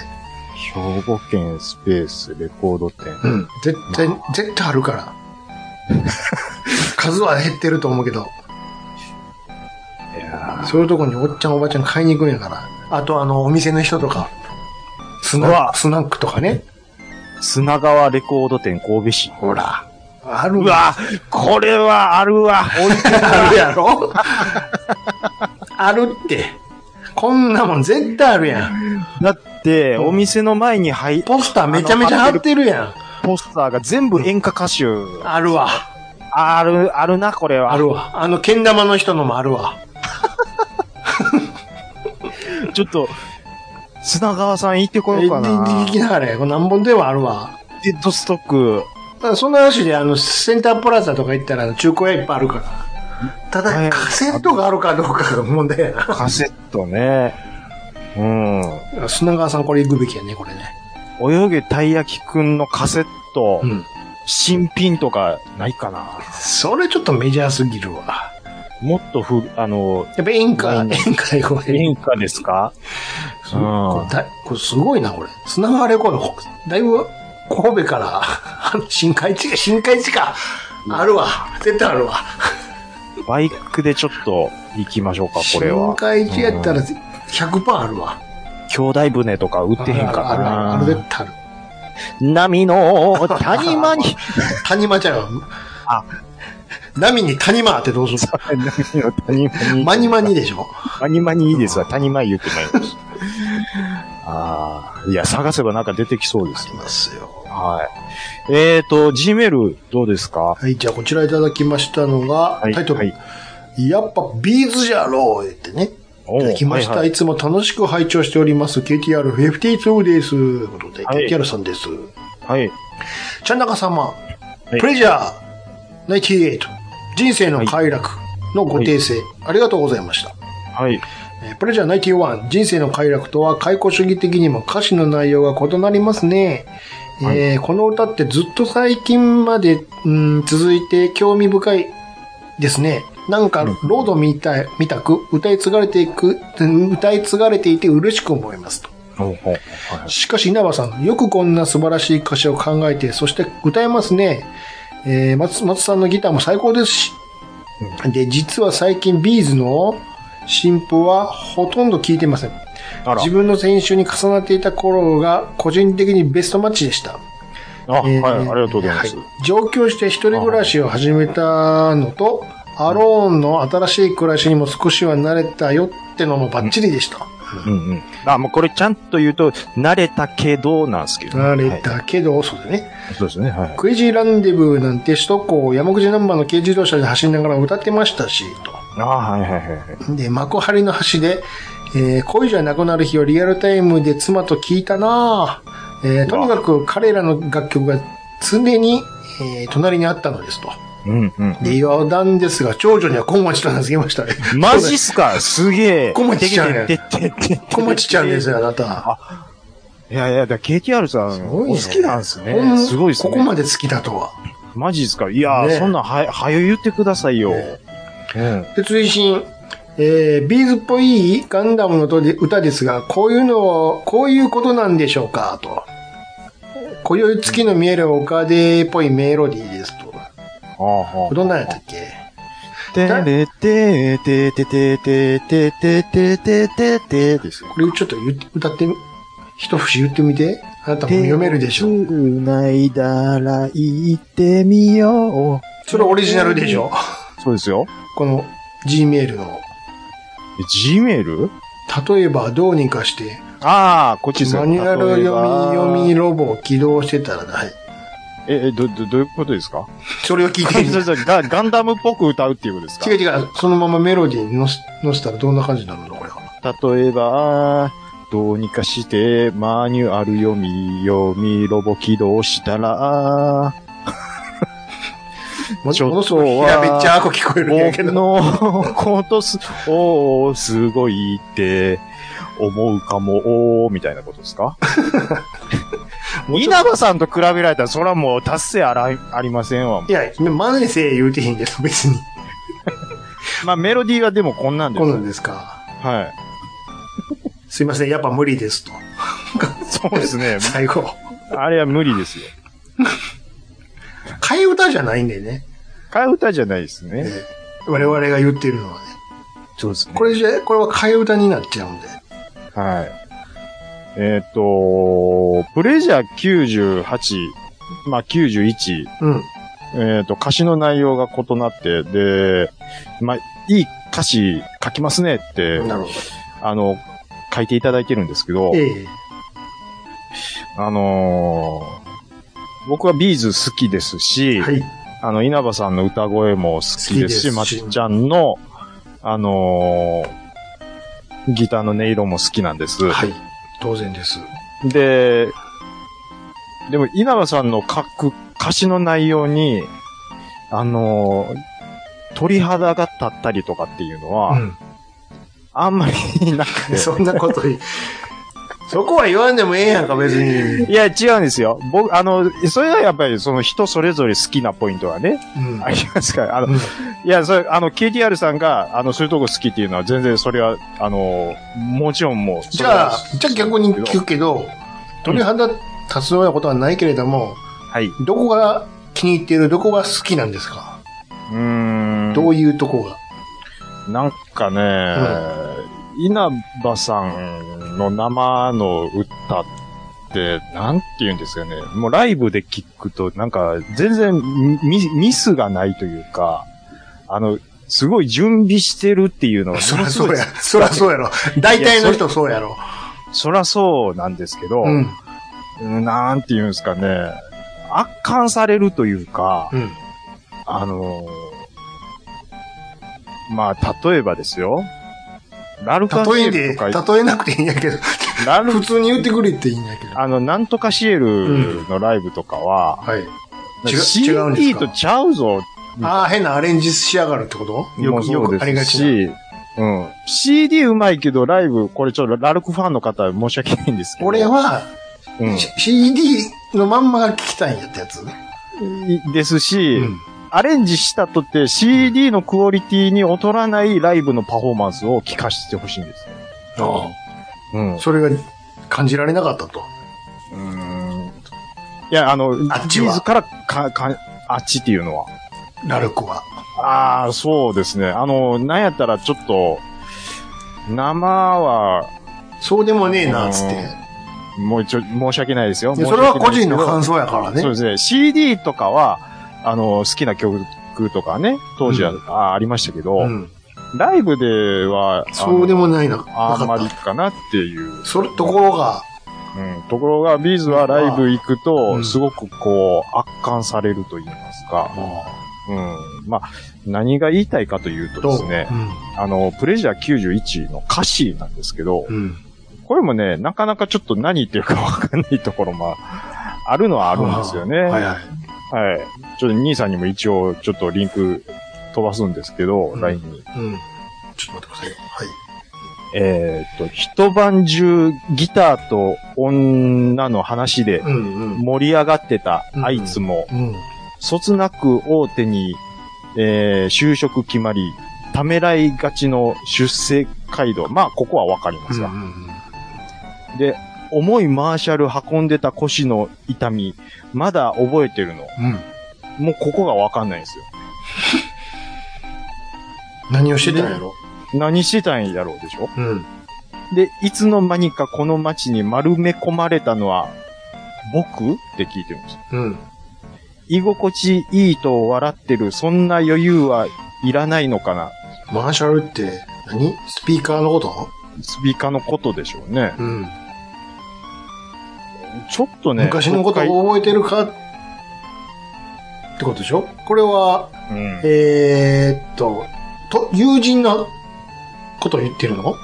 C: 兵庫県スペースレコード店。
F: うん。絶対、絶対あるから。数は減ってると思うけど、
C: いや
F: そういうとこにおっちゃんおばちゃん買いに行くんやから。あとあの、お店の人とか、ス
C: う
F: ナ
C: わ
F: スナックとかね。
C: ー砂川レコード店神戸市。
F: ほら。ある
C: うわこれはあるわ置いてる
F: あるやろあるって。こんなもん絶対あるやん。
C: だって、お店の前に入
F: ポスターめちゃめちゃ貼ってるや
C: ポスターが全部演歌歌手。
F: ん。あるわ。
C: ある、あるな、これは。
F: あるわ。あの、けん玉の人のもあるわ。
C: ちょっと、砂川さん行ってこよ
F: えで
C: うかな。
F: できながらや。これ何本でもあるわ。
C: デッドストック。
F: ただそんな話で、あの、センタープラザとか行ったら、あの中古屋いっぱいあるから。た
C: は
F: だ、
C: い
F: カセットがあるかどうかが問題やな。
C: カセットね。うん。
F: 砂川さんこれ行くべきやね、これね。
C: 泳げたい焼きくんのカセット、
F: うん。
C: 新品とかないかな。
F: それちょっとメジャーすぎるわ。
C: もっとふ、あの、
F: やっぱ演歌、
C: うん
F: 演歌よ、これ。
C: 演歌ですか
F: そうこれだこれすごいな、これ。砂川レコード、こだいぶ神戸から、 あの新海地、新海地か。あるわ。絶対あるわ。
C: バイクでちょっと行きましょうか、これ
F: 新
C: は。
F: 海地やったら100%あるわ。
C: 兄弟船とか売ってへんか
F: あるあるあるある
C: な。
F: 絶対ある。
C: 波の谷間に。
F: 谷間ちゃうわ
C: あ
F: 波に谷間ってどうする
C: 波の谷間に。
F: マニマニ。でしょ
C: マニマニいいですわ。谷間言ってないです。 ああ、いや、探せばなんか出てきそうで
F: あ
C: す
F: り。ますよ。
C: はい。えーと、Gmail どうですか
F: はい、じゃあこちらいただきましたのが、
C: はい
F: タイトル、
C: はい
F: やっぱビーズじゃろうってね。い
C: お
F: ただきました、
C: はいい
F: つも楽しく拝聴しております。KTR52 です。ということで、
C: はい
F: KTR さんです。
C: はい。はい
F: ちゃんなか様、
C: い
F: プレジャー98、人生の快楽のご訂正、ありがとうございました。
C: はい。
F: えープレジャー91、人生の快楽とは解雇主義的にも歌詞の内容が異なりますね。えーこの歌ってずっと最近まで、うん、続いて興味深いですね。なんか、ロードみたい、みたく、歌い継がれていく、うん歌い継がれていて嬉しく思いますと。
C: ほうほうはい
F: しかし稲葉さん、よくこんな素晴らしい歌詞を考えて、そして歌えますね。えー松、松さんのギターも最高ですし。で、実は最近ビーズの新譜はほとんど聴いてません。
C: あら
F: 自分の先週に重なっていた頃が個人的にベストマッチでした。
C: あ、はい、
F: えー
C: ありがとうございます。
F: は上京して一人暮らしを始めたのと、アローンの新しい暮らしにも少しは慣れたよってのもバッチリでした。
C: うんうん。あ、もうこれちゃんと言うと、慣れたけどなんですけど、
F: 慣れ
C: は
F: たけど、そうだね。
C: いそうですね。はい。
F: クイジーランデブーなんて首都高を山口ナンバーの軽自動車で走りながら歌ってましたし、
C: あはいはいはいはい。
F: と。で、幕張の橋で、えー恋じゃなくなる日をリアルタイムで妻と聞いたなぁえーとにかく彼らの楽曲が常に、えー隣にあったのですと。
C: うんうん。
F: で、余談ですが、長女には小町と名付けましたね。
C: マジっすかすげえ。
F: 小町ちゃんや
C: てってってって
F: 小町ちゃんですよ、あなた。
C: いやいや、だから KTR さん、
F: ご
C: お
F: いね
C: 好きなんです
F: ほん
C: ね。すごいですね。
F: ここまで好きだとは。
C: マジっすかいや
F: ね
C: ー、そんなんは、はよ言ってくださいよ。うん。
F: で、追伸。えー、ビーズっぽいガンダムの歌で歌ですが、こういうのを、こういうことなんでしょうか、と。今宵月の見える丘でっぽいメロディーですと。
C: ああ、は
F: これどんなんやったっけ
C: あ。てれてーてーてーてーてーてーてーてーてーてーてーですよ。
F: これちょっと言って歌ってみ、一節言ってみて。あなたも読めるでしょ。
C: 手を繋いだら行ってみよう。
F: それオリジナルでしょ。
C: そうですよ。
F: この G メールの。
C: G メール
F: 例えばどうにかして、
C: ああ、こっちですよ。
F: マニュアル
C: 例え
F: 読み
C: ば
F: 読みロボを起動してたらだ。はい。
C: え、え、ど、ど、どういうことですか
F: それを聞いて み
C: そうそうガガンダムっぽく歌うっていうことです
F: 違う違う、そのままメロディーに乗せ乗せたらどんな感じになるのこれは。
C: か例えば、どうにかして、マニュアル読み、読み、ロボ起動したら、
F: も
C: ちょっと
F: ものすごく平べっちゃーく聞こえるんやけ
C: 僕
F: ど。
C: のことす、 おー、すごいって、思うかも、おー、みたいなことです か稲葉さんと比べられたら、それはもう達成あら、ありませんわ。
F: いや、マネせえ言うてへんけど、別に。
C: まあ、メロディーはでもこんなんで
F: こん
C: す。
F: なんですか。
C: はい。
F: すいません、やっぱ無理ですと。
C: そうですね。
F: 最後。
C: あれは無理ですよ。
F: 替え歌じゃないんでね。
C: 替え歌じゃないですね。
F: 我々が言ってるのはね。
C: そうですね
F: これじゃ、これは替え歌になっちゃうんで。
C: はい。えーっ、と、プレジャー98、まあ91、
F: うん。
C: えーっ、と、歌詞の内容が異なって、で、まあ、いい歌詞書きますねって、
F: なるほ
C: あの、書いていただいてるんですけど
F: ど。、ええ。
C: あのー僕はビーズ好きですし、
F: はい。
C: あの、稲葉さんの歌声も好きですし、
F: 好
C: ま
F: きですし
C: っちゃんの、あのーギターの音色も好きなんです。
F: はい。当然です。
C: で、でも稲葉さんの書く歌詞の内容に、あのー鳥肌が立ったりとかっていうの
F: う
C: は、
F: ん。
C: あんまりなくて。
F: そんなこと言いそこは言わんでもええやんか、別 に。
C: いや、違うんですよ。僕、あの、それはやっぱりその人それぞれ好きなポイントはね、
F: うん
C: ありますから。あの、
F: うん
C: いや、それ、あの、KTR さんが、あの、そういうとこ好きっていうのは全然それは、あの、もちろんもう、
F: じゃあ
C: それは、
F: じゃあ逆に聞くけど、鳥肌立つようなことはないけれども、
C: はい。う
F: どこが気に入っている、どこが好きなんですか、
C: ーん。
F: どういうとこが。
C: なんかね、稲葉さんの生の歌って、なんて言うんですかね。もうライブで聴くと、なんか、全然ミミスがないというか、あの、すごい準備してるっていうのは、
F: そらそうや、そらそうやろ。大体の人そうやろ。
C: そらそうなんですけど、
F: うん、
C: なんて言うんですかね、圧巻されるというか、
F: うん、
C: あのーまあ、例えばですよ、ラルカシ
F: 例
C: エ
F: え
C: ル
F: で、
C: とか、
F: 例えなくていいんやけど、
C: ラル
F: 普通に言ってくれっていいんやけど。
C: あの、なんとかシエルのライブとかは、
F: はい。違う違うんです
C: CD
F: か
C: とちゃうぞ、
F: ああ、変なアレンジしやがるってことよ
C: も
F: く、よ
C: そうで
F: くありが
C: す
F: ちな。
C: し、うん。CD うまいけど、ライブ、これちょっとラルクファンの方は申し訳ないんですけど。
F: 俺は、
C: うん、
F: C- CD のまんまが聞きたいんやったやつ。
C: ですし、
F: うん。
C: アレンジしたとって CD のクオリティに劣らないライブのパフォーマンスを聞かせてほしいんです。
F: あ
C: うん
F: あ。。それが感じられなかったと。
C: うーん。いや、あの、
F: あっちは
C: 自らか、か、あっちっていうのは。
F: ラルクは。
C: ああ、そうですね。あの、なんやったらちょっと、生は、
F: そうでもねえな、つって。
C: もう一応、申し訳ないですよ。
F: いやそれは個人の
C: 想
F: 感想やから
C: そう
F: ね。
C: ですね。CD とかは、あの、好きな曲とかね、当時は、
F: うん
C: あありましたけど、
F: うん。
C: ライブでは、あの
F: そうでもないな。な
C: あん
F: か
C: ま
F: っ
C: り
F: た。
C: かなっていう。
F: それ、ところが、
C: うん、ところが、ビーズはライブ行く
F: う
C: と、
F: ん
C: すごくこう、圧巻されると言いますか。うん。まあ、何が言いたいかというと
F: ど
C: で
F: う
C: すね、あの、プレジャー91の歌詞なんですけど、
F: うん。うん。
C: これもね、なかなかちょっと何言ってるかわかんないところも、あるのはあるんですよね。
F: はいはい。
C: はい。ちょっと兄さんにも一応、ちょっとリンク飛ばすんですけど、
F: うん
C: LINE に。
F: うん。ちょっと待ってくださいよ。はい。
C: えーっと、一晩中ギターと女の話で
F: うんうん。
C: 盛り上がってた、
F: うん
C: あいつも、
F: うん。
C: そつなく大手に、えー就職決まり、ためらいがちの出世街道。まあ、ここはわかりま
F: う
C: す
F: んう
C: が。
F: んうん
C: で、重いマーシャル運んでた腰の痛み、まだ覚えてるの。
F: うん。
C: もうここがわかんないんですよ。
F: 何をしてたんやろ
C: 何してたんやろうでしょ
F: うん。
C: で、いつの間にかこの街に丸め込まれたのは、僕って聞いてるんです。
F: うん。
C: 居心地いいと笑ってる、そんな余裕はいらないのかな。
F: マーシャルって何、スピーカーのこと
C: スピーカーのことでしょうね。
F: うん。
C: ちょっとね。
F: 昔のこと
C: を。
F: を覚えてるかってことでしょこれは、
C: うん。
F: えー、っと、と、友人のことを言ってるの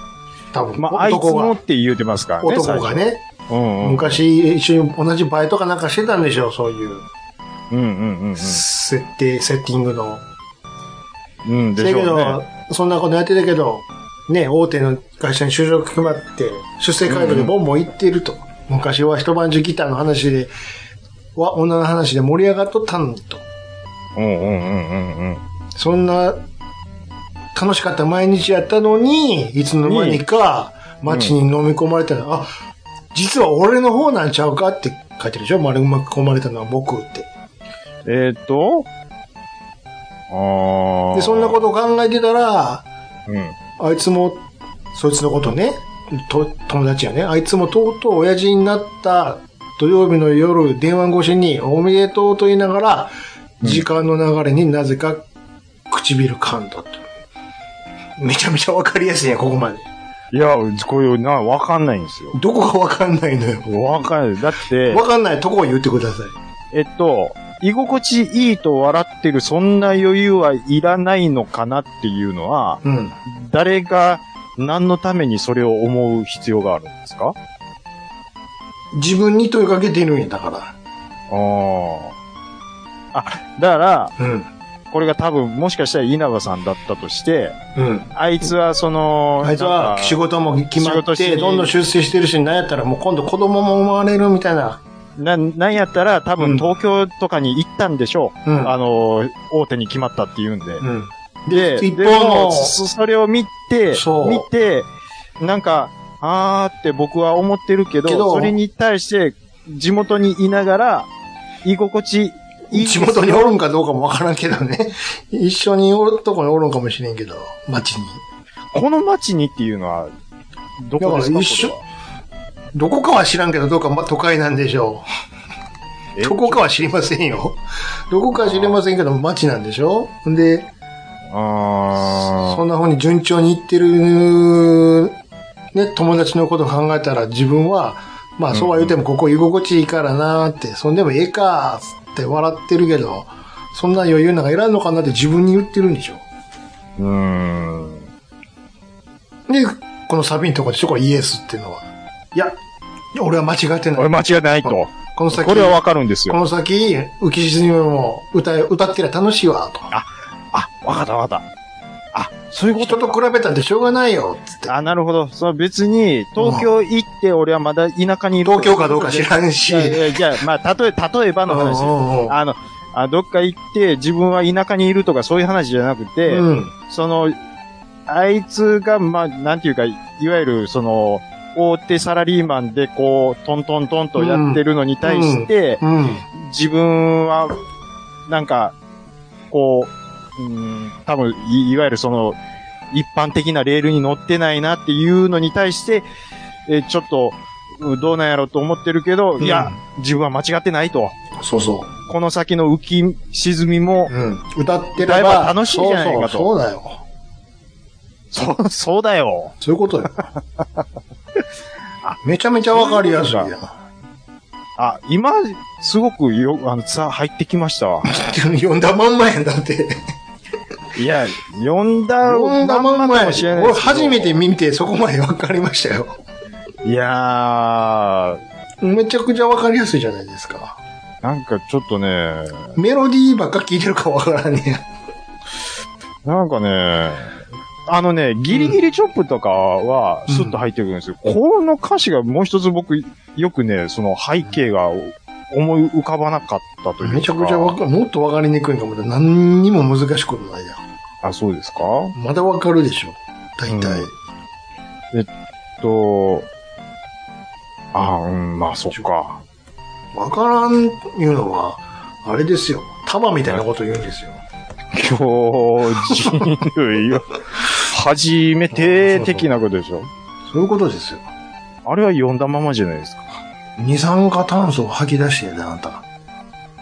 F: 多分、
C: まあ、あいつ
F: 男
C: も
F: が
C: っ。て言うてますからね。
F: 男がね、
C: 最初。うん、うん。。
F: 昔一緒に同じバイトかなんかしてたんでしょそういう
C: うんうんうん
F: 設定、セッティングの。
C: うん。うん、で
F: だけ
C: しょう
F: ど
C: ね。、
F: そんなことやってたけど、ね、大手の会社に就職決まって、出世街道でボンボン行ってると。昔は一晩中ギターの話で、は女の話で盛り上がっとったのにと。
C: うんうんうんうんうん。
F: そんな、楽しかった毎日やったのに、いつの間にか街に飲み込まれたら、あ、実は俺の方なんちゃうかって書いてるでしょ丸うまく込まれたのは僕って。
C: えーっと、ああ。
F: で、そんなことを考えてたら、
C: と。うん。
F: あいつも、そいつのことね、と、友達やね、あいつもとうとう親父になった土曜日の夜、電話越しにおめでとうと言いながら、時間の流れになぜか唇噛んだと。めちゃめちゃわかりやすいね、ここまで。
C: いや、こういうな、わかんないんですよ。
F: どこがわかんないのよ。
C: わかんない。だって、
F: わかんないとこを言ってください。
C: えっと、居心地いいと笑ってる、そんな余裕はいらないのかなっていうのは、
F: うん。
C: 誰が何のためにそれを思う必要があるんですか
F: 自分に問いかけてるんや、だか
C: あーあ。だから、
F: ら。うん。
C: これが多分、もしかしたら稲葉さんだったとして、
F: うん。
C: あいつはその、
F: あいつ
C: なん
F: は
C: か
F: 仕事も決ま
C: 仕事
F: っ
C: して
F: て、どんどん出世してるし、なんやったらもう今度子供も生まれるみたいな。
C: な、なんやったら多
F: うん
C: 分東京とかに行ったんでしょう。
F: うん
C: あの、大手に決まったっていうんで。
F: うん。
C: で、
F: 一方
C: で
F: の
C: もそそれを見て
F: そ、う
C: 見て、なんか、あーって僕は思ってるけど、
F: けど
C: それに対して、地元にいながら、居心地いい。
F: 地元におるんかどうかもわからんけどね。 一緒におるとこにおるんかもしれんけど、街に。
C: この町にっていうのは、どこですか
F: だか
C: ら
F: 一緒
C: こ
F: どこかは知らんけど、どうか、ま、都会なんでしょ
C: え
F: う。どこかは知りませんよ。どこかは知りませんけど、街なんでしょんで、
C: れはあ
F: そんな風に順調にいってる、ね、友達のこと考えたら自分は、まあそうは言うてもここ居心地いいからなーって、そんでもええかーって笑ってるけど、そんな余裕なんかいらんのかなって自分に言ってるんでしょ。
C: ー。うーん。
F: で、このサビのとこでしょ、これイエスっていうのは。いや、俺は間違ってな
C: 俺
F: い。
C: 間違いないと。
F: この先、
C: これはわかるんです
F: こ
C: よ。
F: の先、浮き沈みも歌え、歌ってりゃ楽しいわ、と。
C: あ、わかったわかった。あ、そういうこ
F: 人
C: と
F: と
C: か。
F: 比べたってしょうがないよ、つって。
C: あ、なるほど。そう別に、東京行って俺はまだ田舎にいる。
F: 東京かどうか知らんし。
C: いやいやいや、まあ、例え、例えばの話
F: う。んうんうん
C: あの、あどっか行って自分は田舎にいるとかそういう話じゃなくて、
F: うん。
C: その、あいつが、まあ、なんていうか、いわゆる、その、大手サラリーマンでこう、トントントンとやってるのに対して、
F: うん。
C: 自分は、なんか、こう、うん、多分い、いわゆるその、一般的なレールに乗ってないなっていうのに対して、えーちょっと、うどうなんやろうと思ってるけど、いや、自分は間違ってないと。
F: そうそ
C: この先の浮き沈みも
F: う。、うん。歌ってれ
C: 歌え
F: ば
C: ば楽しいじゃないかと
F: そうそうそうだよ。
C: そう、そうだよ。
F: そういうこと よ。めちゃめちゃわかりやすいやん。
C: あ、今、すごくよ、あの、さ、入ってきましたわ。
F: 読んだまんまやんだって。
C: いや、読んだ、
F: 読んだまんま
C: か
F: やん。
C: もしれないで
F: 俺
C: すけど
F: 初めて見てそこまでわかりましたよ。
C: いやー、
F: めちゃくちゃわかりやすいじゃないですか。
C: なんかちょっとね、
F: メロディーばっか聞いてるかわからんねや。
C: なんかね、あのね、ギリギリチョップとかは、スッと入ってくるんですよ。この歌詞がもう一つ僕、よくね、その背景が思い浮かばなかったというか。
F: めちゃくちゃわかもっとわかりにくいんかも。何にも難しくないや
C: あ、そうですか
F: ん。まだわかるでしょ。大体。
C: うんと、あ、うん、まあそっか。
F: わからんいうのは、あれですよ。玉みたいなこと言うんですよ。
C: 今日、人類を、初めて的なことでしょ。
F: そういうことですよ。
C: あれは読んだままじゃないですか。
F: 二酸化炭素を吐き出してやで、あんた。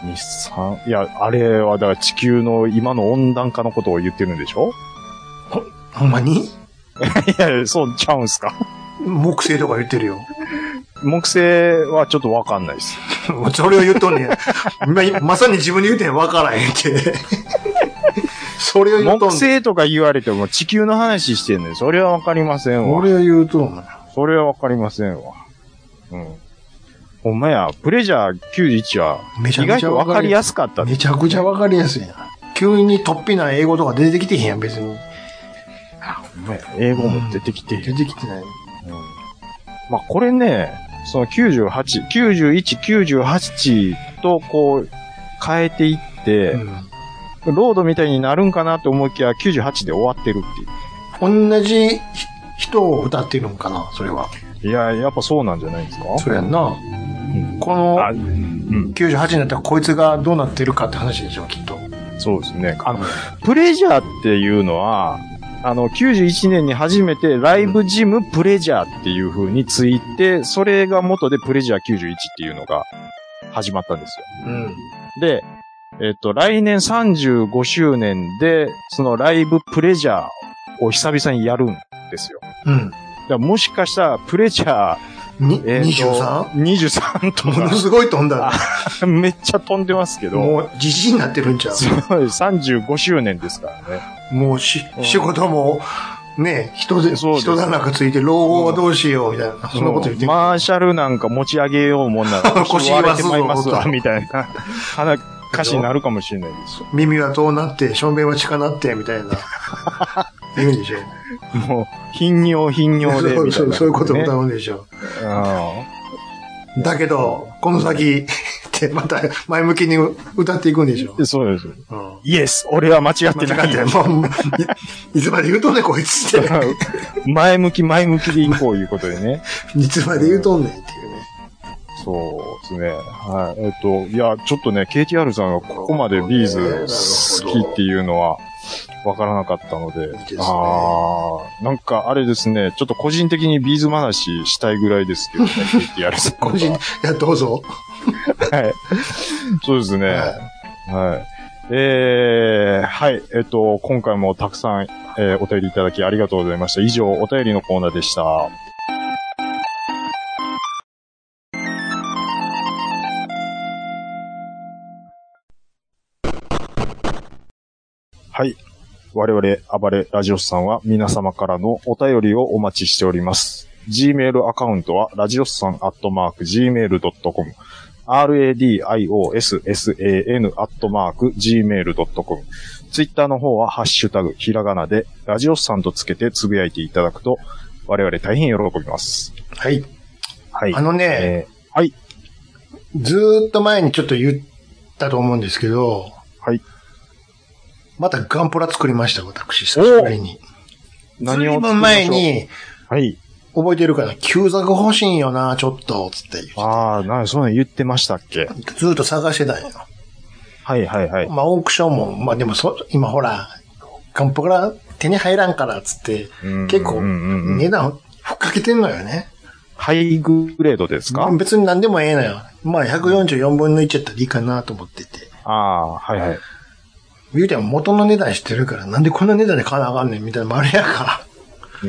C: 日産いや、あれはだから地球の今の温暖化のことを言ってるんでしょ
F: ほんまに
C: いや、そうちゃうんすか
F: 木星とか言ってるよ。
C: 木星はちょっとわかんないです。
F: それを言っとんねや。ままさに自分で言うてんわからへんって。それを言っ
C: 木
F: とんねん。
C: 星とか言われても地球の話してんねん。それはわかりませんわ。
F: 俺を言うとんねん。
C: それはわかりませんわ。うん。ほんまや、プレジャー91は
F: めちゃ
C: 意
F: め
C: 外
F: ちゃ
C: と
F: わ
C: わ
F: か
C: か
F: り
C: り
F: や
C: や
F: す
C: すかった。
F: めちゃくちゃわかりやすいやん。急に突飛な英語とか出てきてへんやん、別に。
C: 英語も出てきて
F: 出てきてない。
C: まあ、これね、その98、91、98とこう変えていって、ロードみたいになるんかなと思いきや98で終わってるっていう。
F: うん、同じひ人を歌ってるんかな、それは。
C: いや、やっぱそうなんじゃないですか
F: それやんな。こ
C: あ
F: の
C: うん、
F: 98になったらこいつがどうなってるかって話でしょ、きっと。
C: そうですね。あ
F: あ
C: の、
F: の、
C: プレジャーっていうのは、あの、91年に初めてライブジムプレジャーっていう風について、それが元でプレジャー91っていうのが始まったんですよ。
F: うん。
C: で、えっ、と、来年35周年で、そのライブプレジャーを久々にやるんですよ。だからもしかしたら、プレジャー、
F: うん。に、
C: えっ、と
F: 23?
C: 23と
F: も の
C: か
F: すごい飛んだね。
C: めっちゃ飛んでますけど、
F: もう、じじいになってるんちゃう
C: すごい35周年ですからね。
F: もうし、
C: うん
F: 仕事も、ね、人で、
C: そうです
F: 人だなんかついて、老後はどうしよう、みたいな、そんなこと言ってる
C: マーシャルなんか持ち上げようもんなら、
F: 腰
C: 割
F: は
C: れてまいります
F: す
C: わ、
F: ごい
C: みたいな、話、歌詞になるかもしれないです。
F: 耳は遠なって、しょんべんは近なって、み たいな。言うんでしょ。
C: もう、頻尿頻尿で、
F: そう
C: みた
F: そ
C: いうな。
F: そういうこと歌うんでしょ。
C: うん
F: だけど、この先、ってまた前向きに歌っていくんでしょ。
C: でそうです。
F: うん。
C: イエス俺は間違って
F: 間
C: な
F: 違ってないい。もう、いいつまで言うとんねん、こいつって。
C: 前向き前向きでいこういうことでね。
F: いつまで言うとんねんっていうね。
C: そうですね。はい。えっと、いや、ちょっとね、KTR さんがここまでビーズ好きっていうのは、わからなかったので。
F: ですね
C: ああ、なんかあれですね、ちょっと個人的にビーズ話したいぐらいです けどね、KTR さん。
F: 個人、いや、どうぞ。
C: はい。そうですね。はい。えー、はい。えっと、今回もたくさん、えーお便りいただきありがとうございました。以上、お便りのコーナーでした。はい。我々、暴れラジオスさんは皆様からのお便りをお待ちしております。Gmail アカウントは、ラジオスさんアットマーク Gmail.com、radiossan アットマーク Gmail.com、ツイッターの方は、ハッシュタグ、ひらがなで、ラジオスさんとつけてつぶやいていただくと、我々大変喜びます。
F: はい。
C: はい。
F: あのね、
C: えーはい。
F: ずーっと前にちょっと言ったと思うんですけど、
C: はい。
F: またガンプラ作りました、私、久しぶりに。
C: 何を
F: ず
C: 作
F: いぶ
C: り
F: ん
C: まし
F: 前
C: ょう。
F: に、
C: はい。
F: 覚えてるから、旧作欲しいんよな、ちょっと、つって。
C: ああ、なんかそういうの言ってましたっけ
F: ずーっと探してたんよ。
C: はいはいはい。
F: まあ、オークションも、まあでもそ、今ほら、ガンプから手に入らんから、つって
C: うん、
F: 結構、
C: うんうんうん
F: 値段、ふっかけてんのよね。
C: ハイグレードですか、
F: 別に何でもええのよ。まあ、144分の1やったらいいかなと思ってて。
C: ああ、はいはい。
F: 言うても元の値段してるから、なんでこんな値段で買わなあかんねんみたいなのもあれやか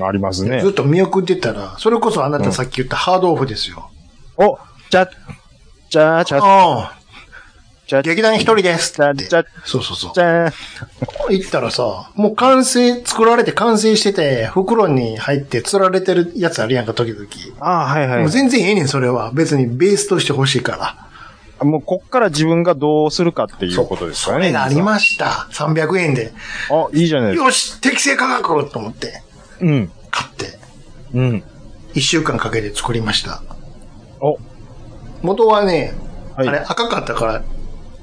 C: あります
F: ら。
C: ね
F: ずっ。と見送ってたら、それこそあなたさっき言ったハードオフですよ。
C: おじゃ、じゃ、じゃ、
F: あ
C: じゃ、
F: あ、劇団一人です
C: じゃ、
F: って
C: じ。ゃ、
F: そうそうそう
C: じ。ゃ、
F: 行ったらさ、もう完成、作られて完成してて、袋に入って釣られてるやつあるやんか、時々。
C: ああ、はいはい
F: もう。全然ええねん、それは。別にベースとして欲しいから。
C: もうこっから自分がどうするかっていうことですかね。
F: それがありました。300円で。
C: あ、いいじゃないですか。
F: よし適正価格と思って、
C: うん。
F: 買って、
C: うん。
F: 1週間かけて作りました。
C: お、
F: 元はね、
C: はい
F: あれ赤かったから、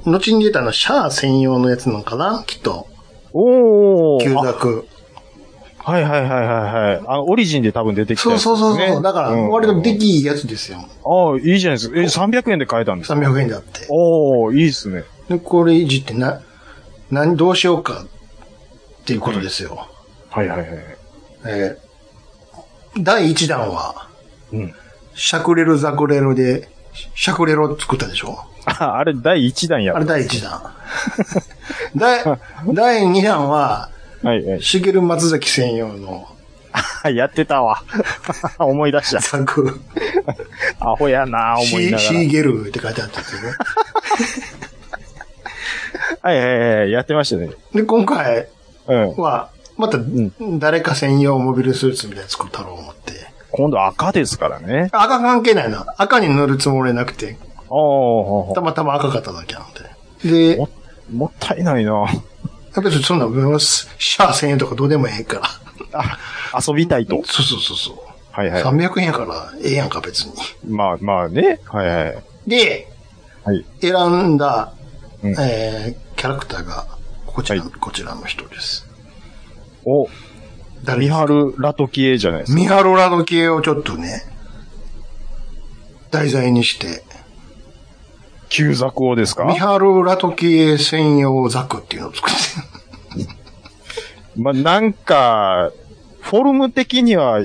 F: 後に出たのはシャア専用のやつなのかなきっと。
C: お
F: 旧
C: ー。
F: 作。
C: あはいはいはいはいはい。あの、オリジンで多分出てきた
F: そ
C: や
F: う
C: つ
F: そうそう
C: です
F: そ
C: ね
F: う。だから、
C: うん
F: 割と出来いいやつですよ。
C: ああ、いいじゃないですか。え、300円で買えたんですか
F: 300円だって。
C: おー、いいっすね。
F: で、これいじってな、何、どうしようかっていうことですよ。
C: はいはいはいはい。
F: えー第1弾は、
C: うん。
F: シャクレルザクレルで、シャクレロ作ったでしょ
C: あ、あれ第1弾や
F: あれ第1弾。 第、第2弾は、
C: はいはい。
F: しげる松崎専用の
C: あやってたわ。 思い出した。
F: ザク、
C: アホやな思いな
F: シ
C: が
F: ーゲルって書いてあったんですよね。
C: ら。はいはいはい。やってましたね。
F: で、今回
C: うん。
F: は、また、誰か専用モビルスーツみたいなの作ったろう思って。
C: 今度赤ですからね。
F: 赤関係ないな。赤に塗るつもりなくて、
C: お
F: た
C: ー。
F: またま赤かっただけなんで。で、やっ
C: も、もったいないな
F: ぱりそんな、シャア1000円とかどうでもええから。
C: あ、遊びたいと。
F: そうそうそうそう。
C: はいはい。
F: 300円やから、ええやんか別に。
C: まあまあね。はいはい。
F: で、
C: はい
F: 選んだ、
C: うん
F: えー、キャラクターが、こちら、
C: はい
F: こちらの人です。
C: お、
F: 誰
C: ミ
F: ですか
C: ハル・ラトキエじゃないですか。
F: ミハロラド系をちょっとね、題材にして、
C: 旧ザクオですか
F: ミハロラド系専用ザクっていうのを作って
C: まあ、なんか、フォルム的には、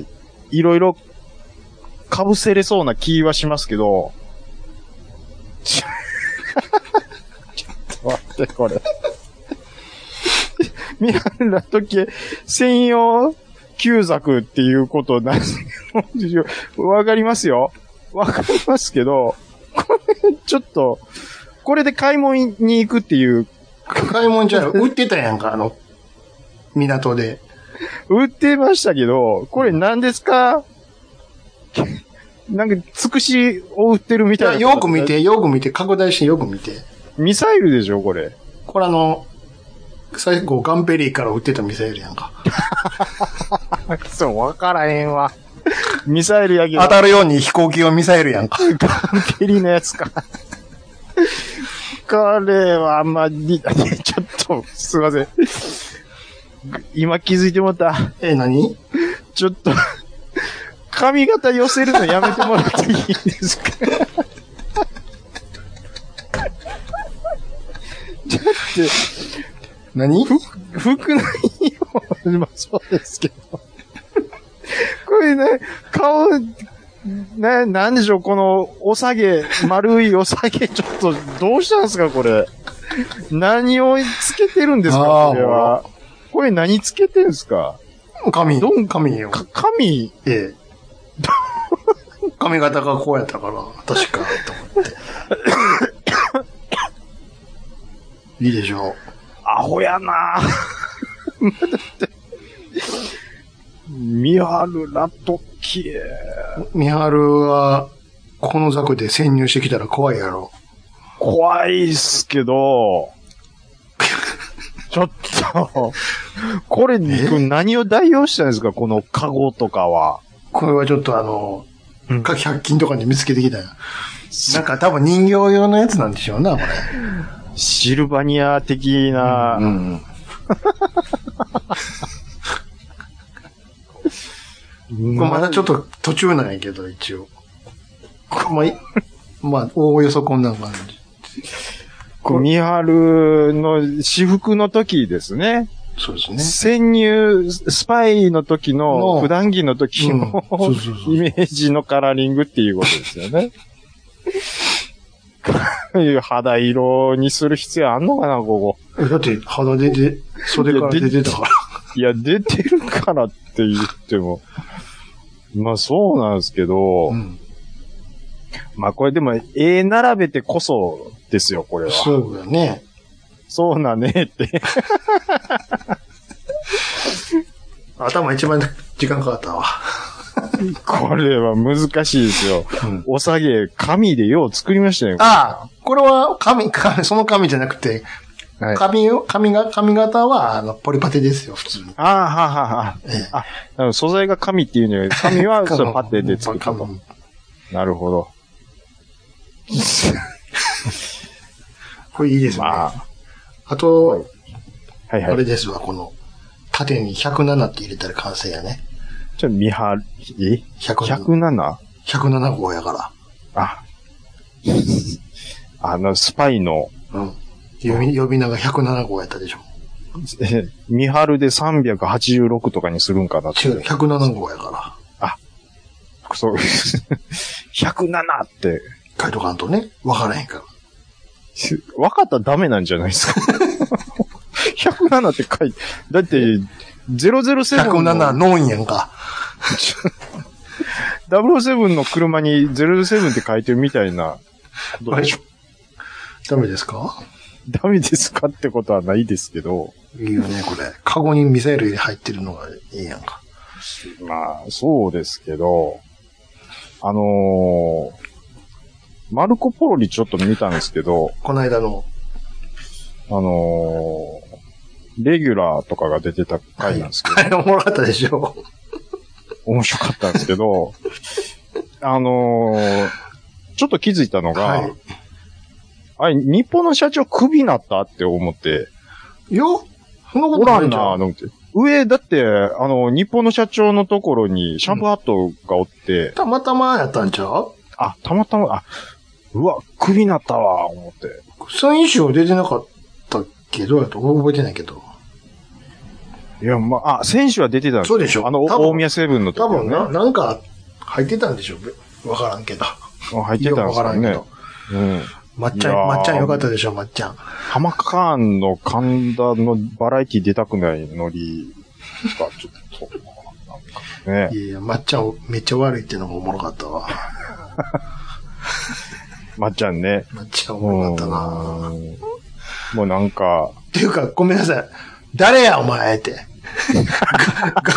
C: いろいろ、被せれそうな気はしますけど、ちょちょっと待って、 これ。ミハンラトキ専用旧作っていうことなんですけどわかりますよ。わかりますけど、これ、ちょっと、これで買い物に行くっていう、
F: る。買い物 じゃない、売ってたやんか、あの、港で。
C: 売ってましたけど、これ何ですか、なんか、つくしを売ってるみ
F: じゃ
C: た
F: あ
C: いな。
F: よく見。て、よく見て、拡大してよく見て。
C: ミサイルでしょ、これ。
F: これあの、最後、ガンペリーから売ってたミサイルやんか。
C: そう、わからへんわ。ミサイルやけど、
F: 当たるように飛行機用ミサイルやんか。
C: ペリのやつか。これは、まあ、にちょっと、すいません。今気づいてもらった。
F: え、何
C: ちょっと、髪型寄せるのやめてもらっていいですかだって、
F: 何
C: 服の色も、まあそうですけど。これね、顔、ね、なんでしょう、この、お下げ、丸いお下げ、ちょっと、どうしたんですか、これ。何をつけてるんです
F: あ
C: か、
F: ー
C: これは。これ何つけてるんですか
F: 髪。
C: どん
F: 髪よ。
C: か、髪、
F: ええ。髪型がこうやったから、確か、と思って。 いいでしょ
C: アホやな ぁ。ミハル・ラトキエ。
F: う。ミハルは、このザクで潜入してきたら怖いやろ。
C: 怖いっすけ ど、ちょっと、これ、何を代用したんですかこのカゴとかは。
F: これはちょっとあの、
C: うん
F: か100均とかで見つけてきたよ。なんか多分人形用のやつなんでしょうな、これ。
C: シルバニア的な、
F: うん。これまだちょっと途中なんやけど、一応。まあい、まあ、おおよそこんな感じ。
C: ミハルの私服の時ですね。
F: そうですね。
C: 潜入、スパイの時
F: の
C: の、普段着の時の、
F: うんそうそうそう
C: イメージのカラーリングっていうことですよ ね。 こういう肌色にする必要あんのかな、ここ。
F: えだって、肌出て、袖から出てたから。
C: いや、出てるからって言っても。まあそうなんですけど、
F: うん。
C: まあこれでも、絵並べてこそですよ、これは。
F: そうだね。
C: そうなねって。
F: 頭一番時間かかったわ。
C: これは難しいですよ。
F: うん。
C: おさげ、紙でよう作りましたよ。
F: ああ、これは紙、紙、その紙じゃなくて、
C: はい
F: 紙を、紙が、髪型は、あの、ポリパテですよ、普通に。
C: ああ、ははは
F: ええ
C: あ、なるほど素材が紙っていうのより、紙はそれパテで作った
F: う
C: と。
F: ん
C: なるほど。
F: これいいですね。
C: ま
F: あ
C: あ、
F: と、
C: はい
F: あ
C: は
F: れ
C: い。
F: ですわ、この、縦に107って入れたら完成やね。
C: ちょ、見張り、
F: 107
C: 107?
F: 107号やか
C: あ、あの、スパイの、
F: ら。うん。呼び、呼び名が107号やったでしょ。
C: え 見張るで386とかにするんかなって
F: 違。う、107号やから。
C: そう 107って、
F: 書いとかんとね、わからへんから。
C: 分かったらダメなんじゃないですか。107って書いて、だって、007の
F: 107、ノンやんか。
C: 007の車に007って書いてるみたいな。
F: あれでしょダメですか
C: ダメですかってことはないですけど。
F: いいよね、これ。カゴにミサイル入ってるのがいいやんか。
C: まあ、そうですけど、あのーマルコ・ポロリちょっと見たんですけど、
F: この間の、
C: あのーレギュラーとかが出てた回なんですけど、
F: あれおもろかったでしょ。
C: 面白かったんですけ ど、あのーちょっと気づいたのが、
F: は
C: あれ、日本の社長クビなったって思って、
F: い。よそんなこ
C: お
F: と
C: ら
F: ない
C: ん
F: じゃ
C: なー
F: ん。
C: と思って。上、だって、あの、日本の社長のところにシャンプーハットがおって、
F: たまたまやったんちゃう
C: あ、たまたま、あ、うわ、クビなったわ、思って。
F: サイン集は出てなかったっけどうやった覚えてないけど。
C: いや、まあ、あ、選手は出てたんです
F: そうでしょ
C: あの、
F: 多分
C: 大宮セブンのと
F: 多
C: ころ
F: 分
C: ね。
F: な、なんか入ってたんでしょうわからんけど。
C: あ入ってたんですか
F: よ
C: ね
F: くわ。
C: うん。
F: まっちゃん、
C: いやー
F: まっちゃんよかったでしょ、まっちゃん。
C: 浜カーンの神田のバラエティ出たくないノリが、ちょっと、なんか ね。
F: いやいや、まっちゃんめっちゃ悪いっていうのがおもろかったわ。
C: まっちゃんね。
F: まっちゃんお
C: う
F: も
C: ん
F: ろかったな。っ
C: もうなんか、
F: ていうか、ごめんなさい。誰や、お前って。 がが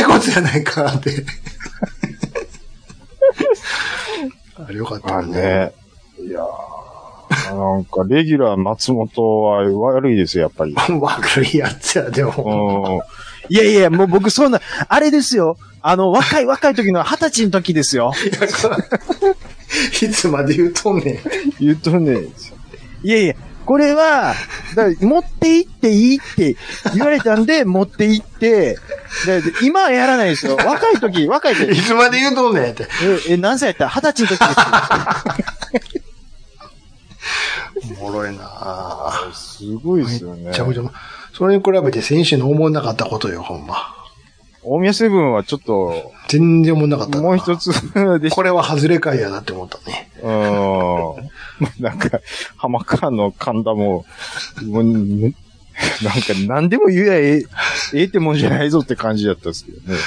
F: 骸骨やないかって。あれよかった
C: あ
F: わね。
C: ね。いやーなんか、レギュラー松本は悪いですよ、やっぱり。
F: 悪いやつや、でも。
C: いやいや、もう僕そんな、あれですよ。あの、若い若い時の二十歳の時ですよ。
F: いつまで言うとんねん。
C: 言うとね、いやいや、これは、だから持って行っていいって言われたんで、持って行って、だから今はやらないですよ。若い時、若い
F: い
C: 時、
F: つまで言うとんねんって。
C: え、え何歳やった二十歳の時です。
F: おもろいなぁ。
C: すごいですよね
F: めちゃくちゃ、それに比べて選手の思わなかったことよ、ほんま。
C: 大宮セブンはちょっと、
F: 全然思わなかったな。
C: もう一つ でし
F: これは外れ会やなって思ったね。
C: うん。なん か、浜川の神田も、もう、ねなんか何でも言えやええ、ええってもんじゃないぞって感じだったんですけどね。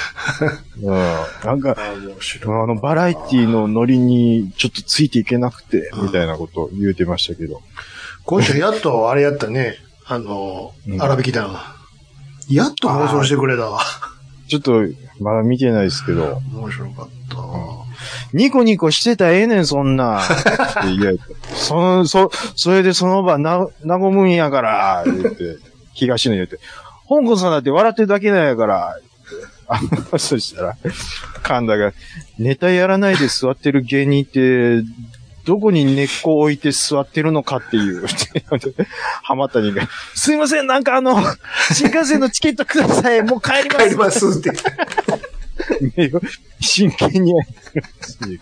C: うん。なんか、
F: 面
C: あ
F: 白い。
C: の、バラエティのノリにちょっとついていけなくて、みたいなこと言うてましたけど。
F: 今週やっとあれやったね。あの
C: う、ん
F: 荒引き団。やっと放送してくれたわ。
C: ちょっと、まだ見てないですけど、
F: 面白かったわ。
C: ニコニコしてたらええねん、そんな。って言えたその、そ、それでその場な、和むんやから、言って、東野言って、香港さんだって笑ってるだけなんやから、 あそしたら、神田が、ネタやらないで座ってる芸人って、どこに根っこを置いて座ってるのかっていう、 浜谷が、すいません、なんかあの、新幹線のチケットください、もう帰ります
F: 帰りますって。
C: 目を真剣にやってるし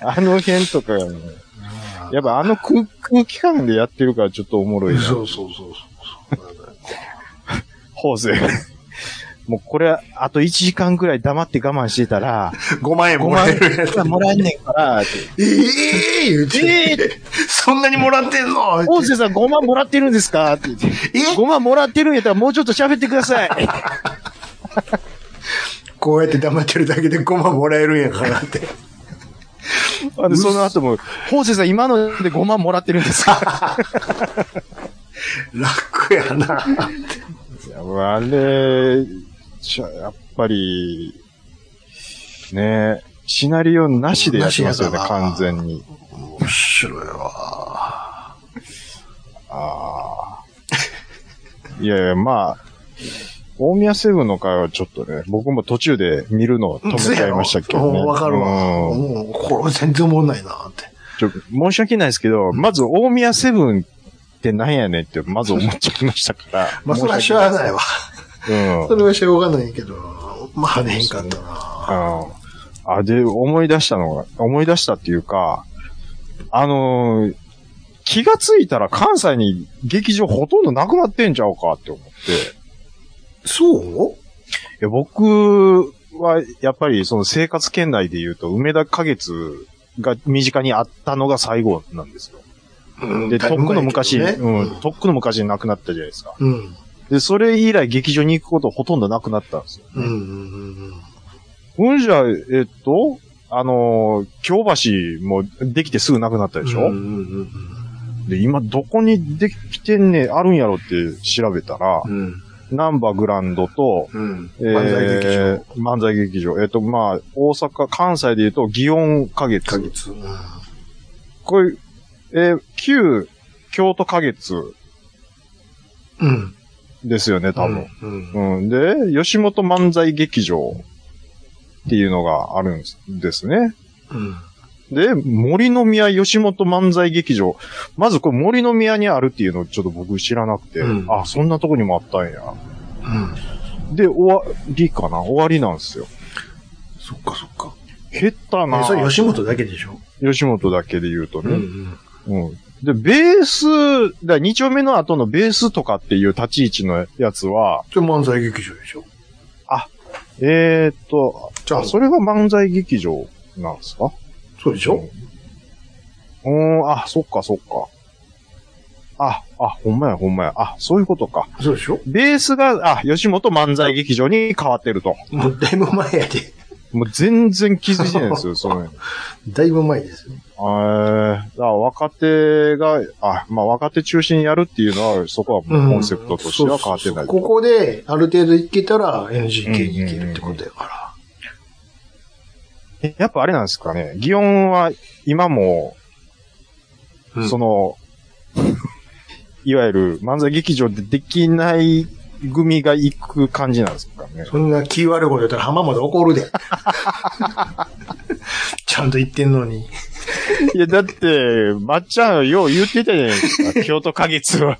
C: あの辺とかがね、やっぱあの空空気感でやってるからちょっとおもろいな。
F: そうそうそうそう。
C: ホース。もうこれ、あと1時間くらい黙って我慢してたら、
F: 5万円
C: 5
F: もら
C: 万
F: えるやつ。
C: 円もらえんねんから、
F: ええ言うて。そんなにもらってんの
C: ホースさん5万もらってるんですかって言って、
F: え
C: 5万もらってるんやったらもうちょっと喋ってくだ さい。
F: こうやって黙ってるだけで5万もらえるんやからって。
C: あのその後も、ホースさん今ので5万もらってるんですか
F: 楽やな。
C: いやあれ、ちょやっぱり、ねシナリオなしでやってますよね、
F: なしやから
C: 完全に。
F: 面白いわ。
C: ああ。いやいや、まあ、大宮セブンの会はちょっとね、僕も途中で見るのを止めちゃいましたけどね。
F: うんわかるわ。
C: うん
F: もう、これ全然おもんないなって。
C: ちょ申し訳ないですけど、まず大宮セブンってなんやねんって、まず思っちゃいましたから。
F: まあ、それはしゃあないわ。
C: うん
F: そ。れはしょうがないけど、まあ、ねへんかったな。
C: あのあ、で、思い出したのが、思い出したっていうか、あのー気がついたら関西に劇場ほとんどなくなってんちゃうかって思って。
F: そう
C: いや僕は、やっぱりその生活圏内で言うと、梅田花月が身近にあったのが最後なんですよ。
F: うん
C: で、とっくの昔、
F: だいぶ前
C: う
F: やけどね
C: ん、とっくの昔に亡くなったじゃないですか。
F: うん。うん。
C: で、それ以来劇場に行くことほとんどなくなったんですよ。
F: うんうん
C: うんじゃ、えっと、あのー京橋もできてすぐなくなった
F: うん。
C: でしょ、
F: うんうんうん
C: で、今どこにできてんねあるんやろって調べたら、
F: うん。うん。
C: ナンバーグランドと、
F: うん。
C: え
F: 漫才劇場。
C: ー漫才劇場。えっ、と、まあ、大阪、関西で言うと、祇園花月。
F: か月。うん
C: これ、えー旧京都花月
F: うん。
C: ですよね、多分。
F: うん。うん。
C: うん。で、吉本漫才劇場っていうのがあるんですですね。
F: うん。
C: で、森の宮吉本漫才劇場。まずこれ森の宮にあるっていうのをちょっと僕知らなくて、
F: うん
C: あ、そんなとこにもあったんや。
F: うん。
C: で、終わりかな終わりなんですよ。
F: そっかそっか。
C: 減ったな
F: え、それ吉本だけでしょ
C: 吉本だけで言うと
F: うんう
C: ね。
F: ん。
C: うん。で、ベース、だ2丁目の後のベースとかっていう立ち位置のやつは、
F: それ漫才劇場でしょ
C: えー、っと、
F: じゃあ、
C: あ、そ
F: そ
C: れが漫才劇場なんですか
F: そうでしょ
C: うーん、あ、そっかそっか。あ、あ、ほんまやほんまや。あ、そういうことか。
F: そうでしょ
C: ベースが、あ、吉本漫才劇場に変わってると。
F: もうだいぶ前やで。
C: もう全然気づいてないん ですよ、その辺。
F: だいぶ前ですよ。
C: えー、だから若手が、あ、まあ若手中心にやるっていうのは、そこはもうコンセプトとしては変わってない。
F: ここで、ある程度いけたら NGK に行けるってことやか
C: やっぱあれなんですかね、祇園は今も、
F: ら。
C: その、 いわゆる漫才劇場でできない組が行く感じなんですかね。
F: そんな気悪いこと言ったら浜まで怒 るで。ちゃんと言ってんのに。
C: いや、だって、まっちゃんよう言ってたじゃないです か。京都花月は、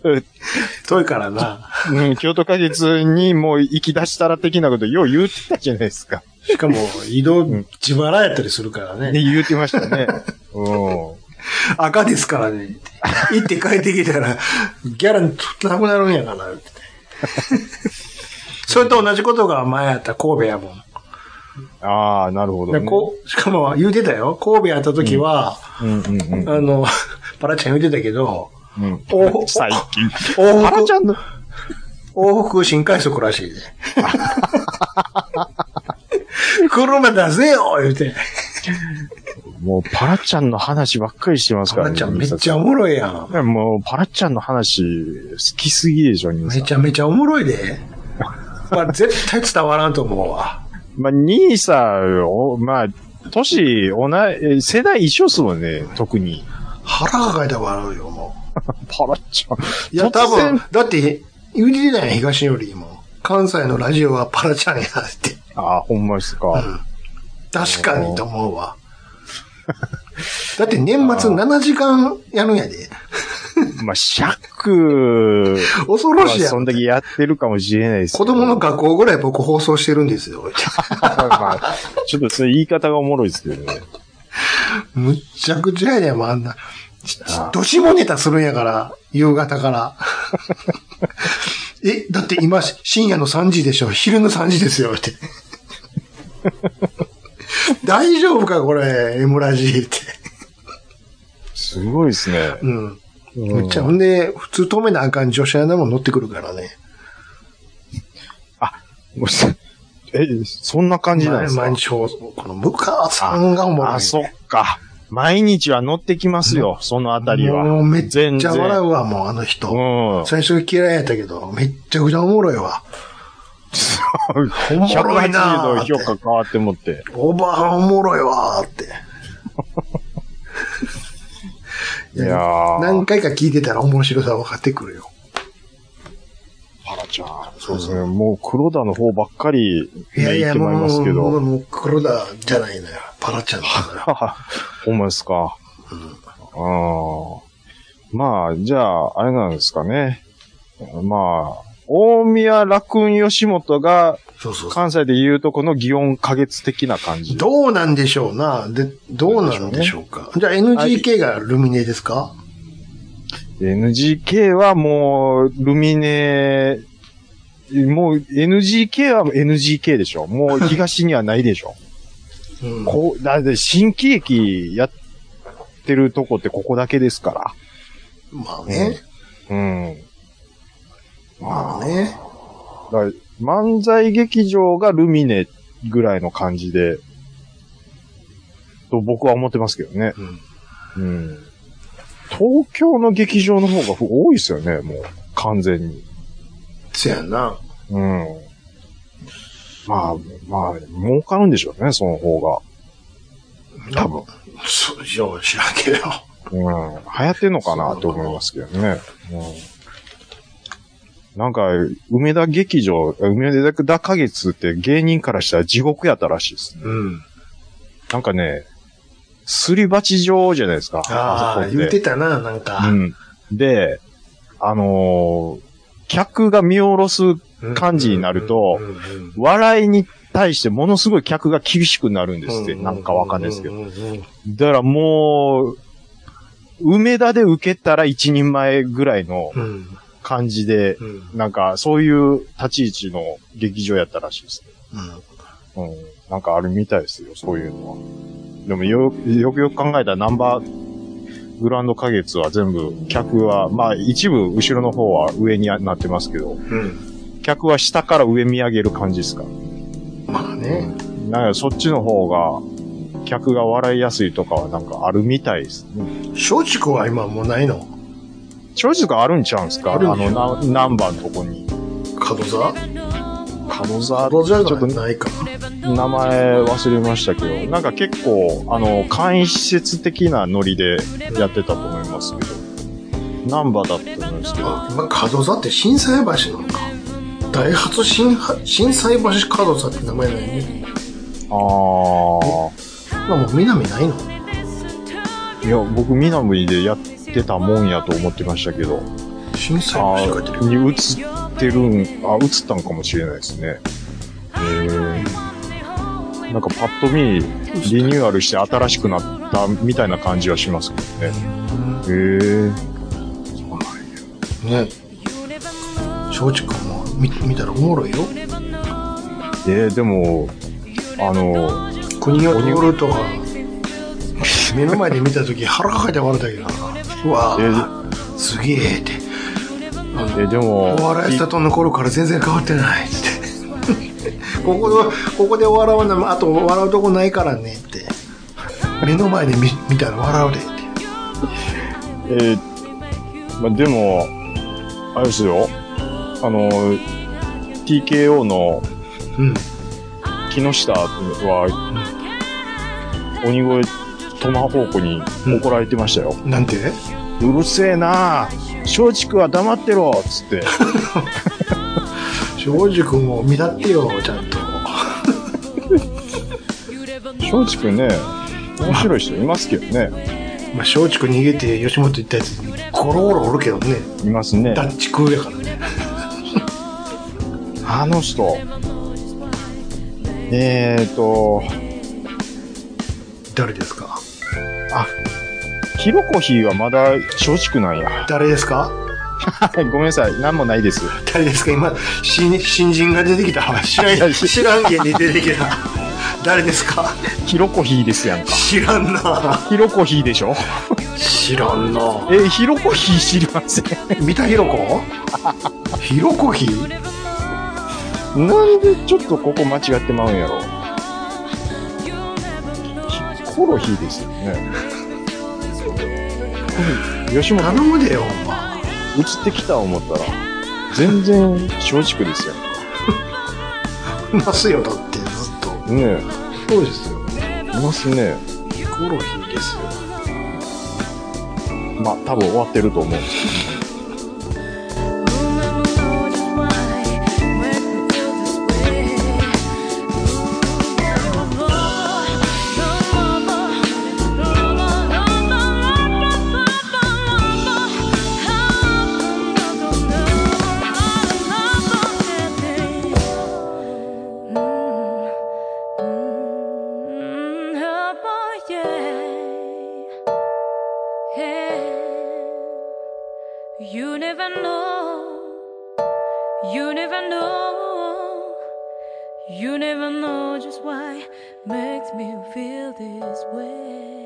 F: 遠いからな。
C: うん、京都花月にもう行き出したら的なことよう言ってたじゃないです か。
F: しかも、移動
C: ん、
F: 自腹やったりするから
C: ね、
F: ね。
C: 言ってましたね。うん。
F: 赤ですからね。行って帰ってきたら、ギャラなくなるんや から。それと同じことが前やった神戸やもん。
C: ああ、なるほど、
F: で
C: ね。
F: こうしかも言うてたよ。神戸やった時は、
C: うんうんうん。
F: あの、 パラちゃん言うてたけど、
C: うん
F: お
C: 最近。
F: 往
C: 原
F: 復
C: ち、ゃんの、
F: 往復新快速らしいで。 車出せよ言うて。
C: もうパラちゃんの話ばっかりしてます
F: パ
C: から
F: ラ
C: ね。
F: ちゃんめっちゃおもろいやん。
C: ゃ。もう、パラちゃんの話、好きすぎでしょ、兄さん。
F: めちゃめちゃおもろいで。まあ、絶対伝わらんと思うわ。
C: まあ、兄さん、おまあ、年、おな、え世代一緒っすもんね、特に。
F: 腹がかいたら笑うよ、も
C: パラちゃん。
F: う。いや、
C: 突
F: 多
C: 然
F: 分、だって、言うてたやん、東よりも。関西のラジオはパラちゃんやって。
C: ああ、ほんまですか。
F: 確かにと思うわ。だって年末7時間やるんやで。
C: まあ、シャック
F: 恐ろ
C: は
F: しいや
C: そん
F: ん。
C: だけやってるかもしれないですけ
F: 子
C: ど。
F: 供の学校ぐらい僕放送してるんですよ。
C: まあ、 ちょっとそういう言い方がおもろいですけどね。
F: むっちゃくちゃやねん、もうあんな。ちどしもネタするんやから、夕方から。 え、だって今、深夜の3時でしょ昼の3時ですよ、って。 大丈夫か、これ、エムラジーって。
C: すごいですね。
F: うん。むっちゃ、ほんで、普通止めなあかん女子アナも乗ってくるからね。
C: もうしえ、そんな感じなんですか
F: 毎日放送。この、向川さんがおもろい。
C: あ、そっか。毎日は乗ってきますよ、そのあたりは。
F: もうめっち
C: 全
F: ゃ
C: 然
F: 笑 うわ、もう、あの人。
C: うん。
F: 最初嫌いやったけど、めっちゃくちゃおもろいわ。おもろいな
C: 180度
F: ーって
C: 評価変わってもって。
F: おばあおもろいわーって。
C: いやー。
F: 何回か聞いてたら面白さ分かってくるよ。
C: パラちゃん。そうですね。もう黒田の方ばっかり、
F: いや
C: ね、言っ
F: いや、
C: てまいり
F: も
C: ますけ
F: う、もう、
C: ど。
F: もう黒田じゃないのよ。パラちゃんだから。
C: ほんまですか。あーまあ、じゃあ、あれなんですかね。まあ、大宮楽雲吉本が
F: そうそうそう。
C: 関西で言うとこの祇園花月的な感じ。
F: どうなんでしょうな。で、どうなんでしょうか。じゃあ NGK がルミネですか
C: NGK はもう、ルミネ、もう NGK は NGK でしょ。もう東にはないでしょ。
F: うん。
C: こう、だって新喜劇やってるとこってここだけですか
F: まあね。
C: ら。うん。
F: まあね。
C: だから漫才劇場がルミネぐらいの感じで、と僕は思ってますけどね。
F: うん。
C: うん。東京の劇場の方が多いですよね、もう。完全に。
F: せやな。
C: うん。まあ、まあ、儲かるんでしょうね、その方が。多分。
F: そう、じゃあ知らんけど。
C: うん。流行ってんのかなと思いますけどね。うん。なんか、梅田劇場、梅田花月って芸人からしたら地獄やったらしいですね。
F: うん。
C: なんかね、すり鉢状じゃないですか。
F: あ
C: そこ
F: あ、言ってたな、なん
C: う
F: か。
C: ん。で、あのー客が見下ろす感じになると
F: うんうんうんうん
C: 笑いに対してものすごい客が厳しくなるんですって。
F: ううう
C: なんかわかんないですけど。
F: うんうんうん
C: だからもう、梅田で受けたら一人前ぐらいの
F: うん。
C: 感じで、
F: うん。
C: なんかそういう立ち位置の劇場やったらしいです。
F: うん
C: うん。なんかあるみたいですよ、そういうのは。でもよ、よくよく考えたらナンバー、グランド花月は全部、客は、まあ一部後ろの方は上になってますけど、
F: うん。
C: 客は下から上見上げる感じですか。
F: まあね。
C: なんかそっちの方が、客が笑いやすいとかはなんかあるみたいですね。
F: 松竹は今もうないの
C: 正直あるんちゃうんすかあ
F: あるん
C: の
F: ちゃう
C: な、ナンバーのとこに。
F: 角座
C: 角沢
F: 角座
C: ち
F: じ
C: ょ
F: ゃ
C: っと
F: ないか。
C: 名前忘れましたけど、なんか結構、あの、簡易施設的なノリでやってたと思いますけど、ナンバーだったと思うんですけど、
F: あ今角座って震災橋なのか。大発震震災橋角座って名前ないね。
C: あ
F: まあもう南ないの
C: ー、いや、僕、ミナムリでやってたもんやと思ってましたけど、
F: 震災
C: あ
F: 橋書いてる
C: ー、
F: よ。
C: に映ってるん、あ、映ったんかもしれないですね。えー、なんかパッと見、リニューアルして新しくなったみたいな感じはしますけどね。へー、そうなんや。
F: ね。松竹も見見たらおもろいよ。
C: えー、でも、あの、
F: 国を通るとか。目の前で見た時腹抱えて笑ったけどな。うわ
C: え
F: ぁ、すげえって。あの
C: えーでも、
F: お笑いした
C: い
F: との頃から全然変わってないって ここのここで笑わないあと笑うとこないからねって目の前で見見たら笑うでって
C: えーまあ、でも、あれですよ、あの、TKO の
F: うん
C: 木下は、鬼越トマホークに怒られてましたよ。
F: なんて
C: うるせえな松竹は黙ってろっつって。
F: 庄司君も見立ってよちゃんと
C: 松竹ね、面白い人いますけどね。
F: まあ、松竹逃げて吉本行ったやつ、ゴロゴロおるけどね。
C: いますね。
F: ダッチ空やからね。
C: あの人。えーと、
F: 誰ですか
C: ヒロコヒーはまだ松竹なんや。
F: 誰ですか
C: ごめんなさい。なんもないです。
F: 誰ですか今、新、新人が出てきた。知らん、知らん芸に出てきた。誰ですか
C: ヒロコヒーですやんか。
F: 知らんな
C: ヒロコヒーでしょ
F: 知らんな
C: えー、ヒロコヒー知りません。
F: 三田ひろこひろこひ
C: なんでちょっとここ間違ってまうんやろ。ヒコロヒーですよね。吉本
F: 頼むでよ、ほんま。
C: 映ってきた思ったら、全然松竹ですよ。
F: ますよ、だって、ずっと。
C: ね
F: そうですよ。
C: え、いますね。
F: ヒコロヒーですよ。
C: まあ、多分終わってると思うんですけど。
G: You never know, you never know, you never know just why makes me feel this way.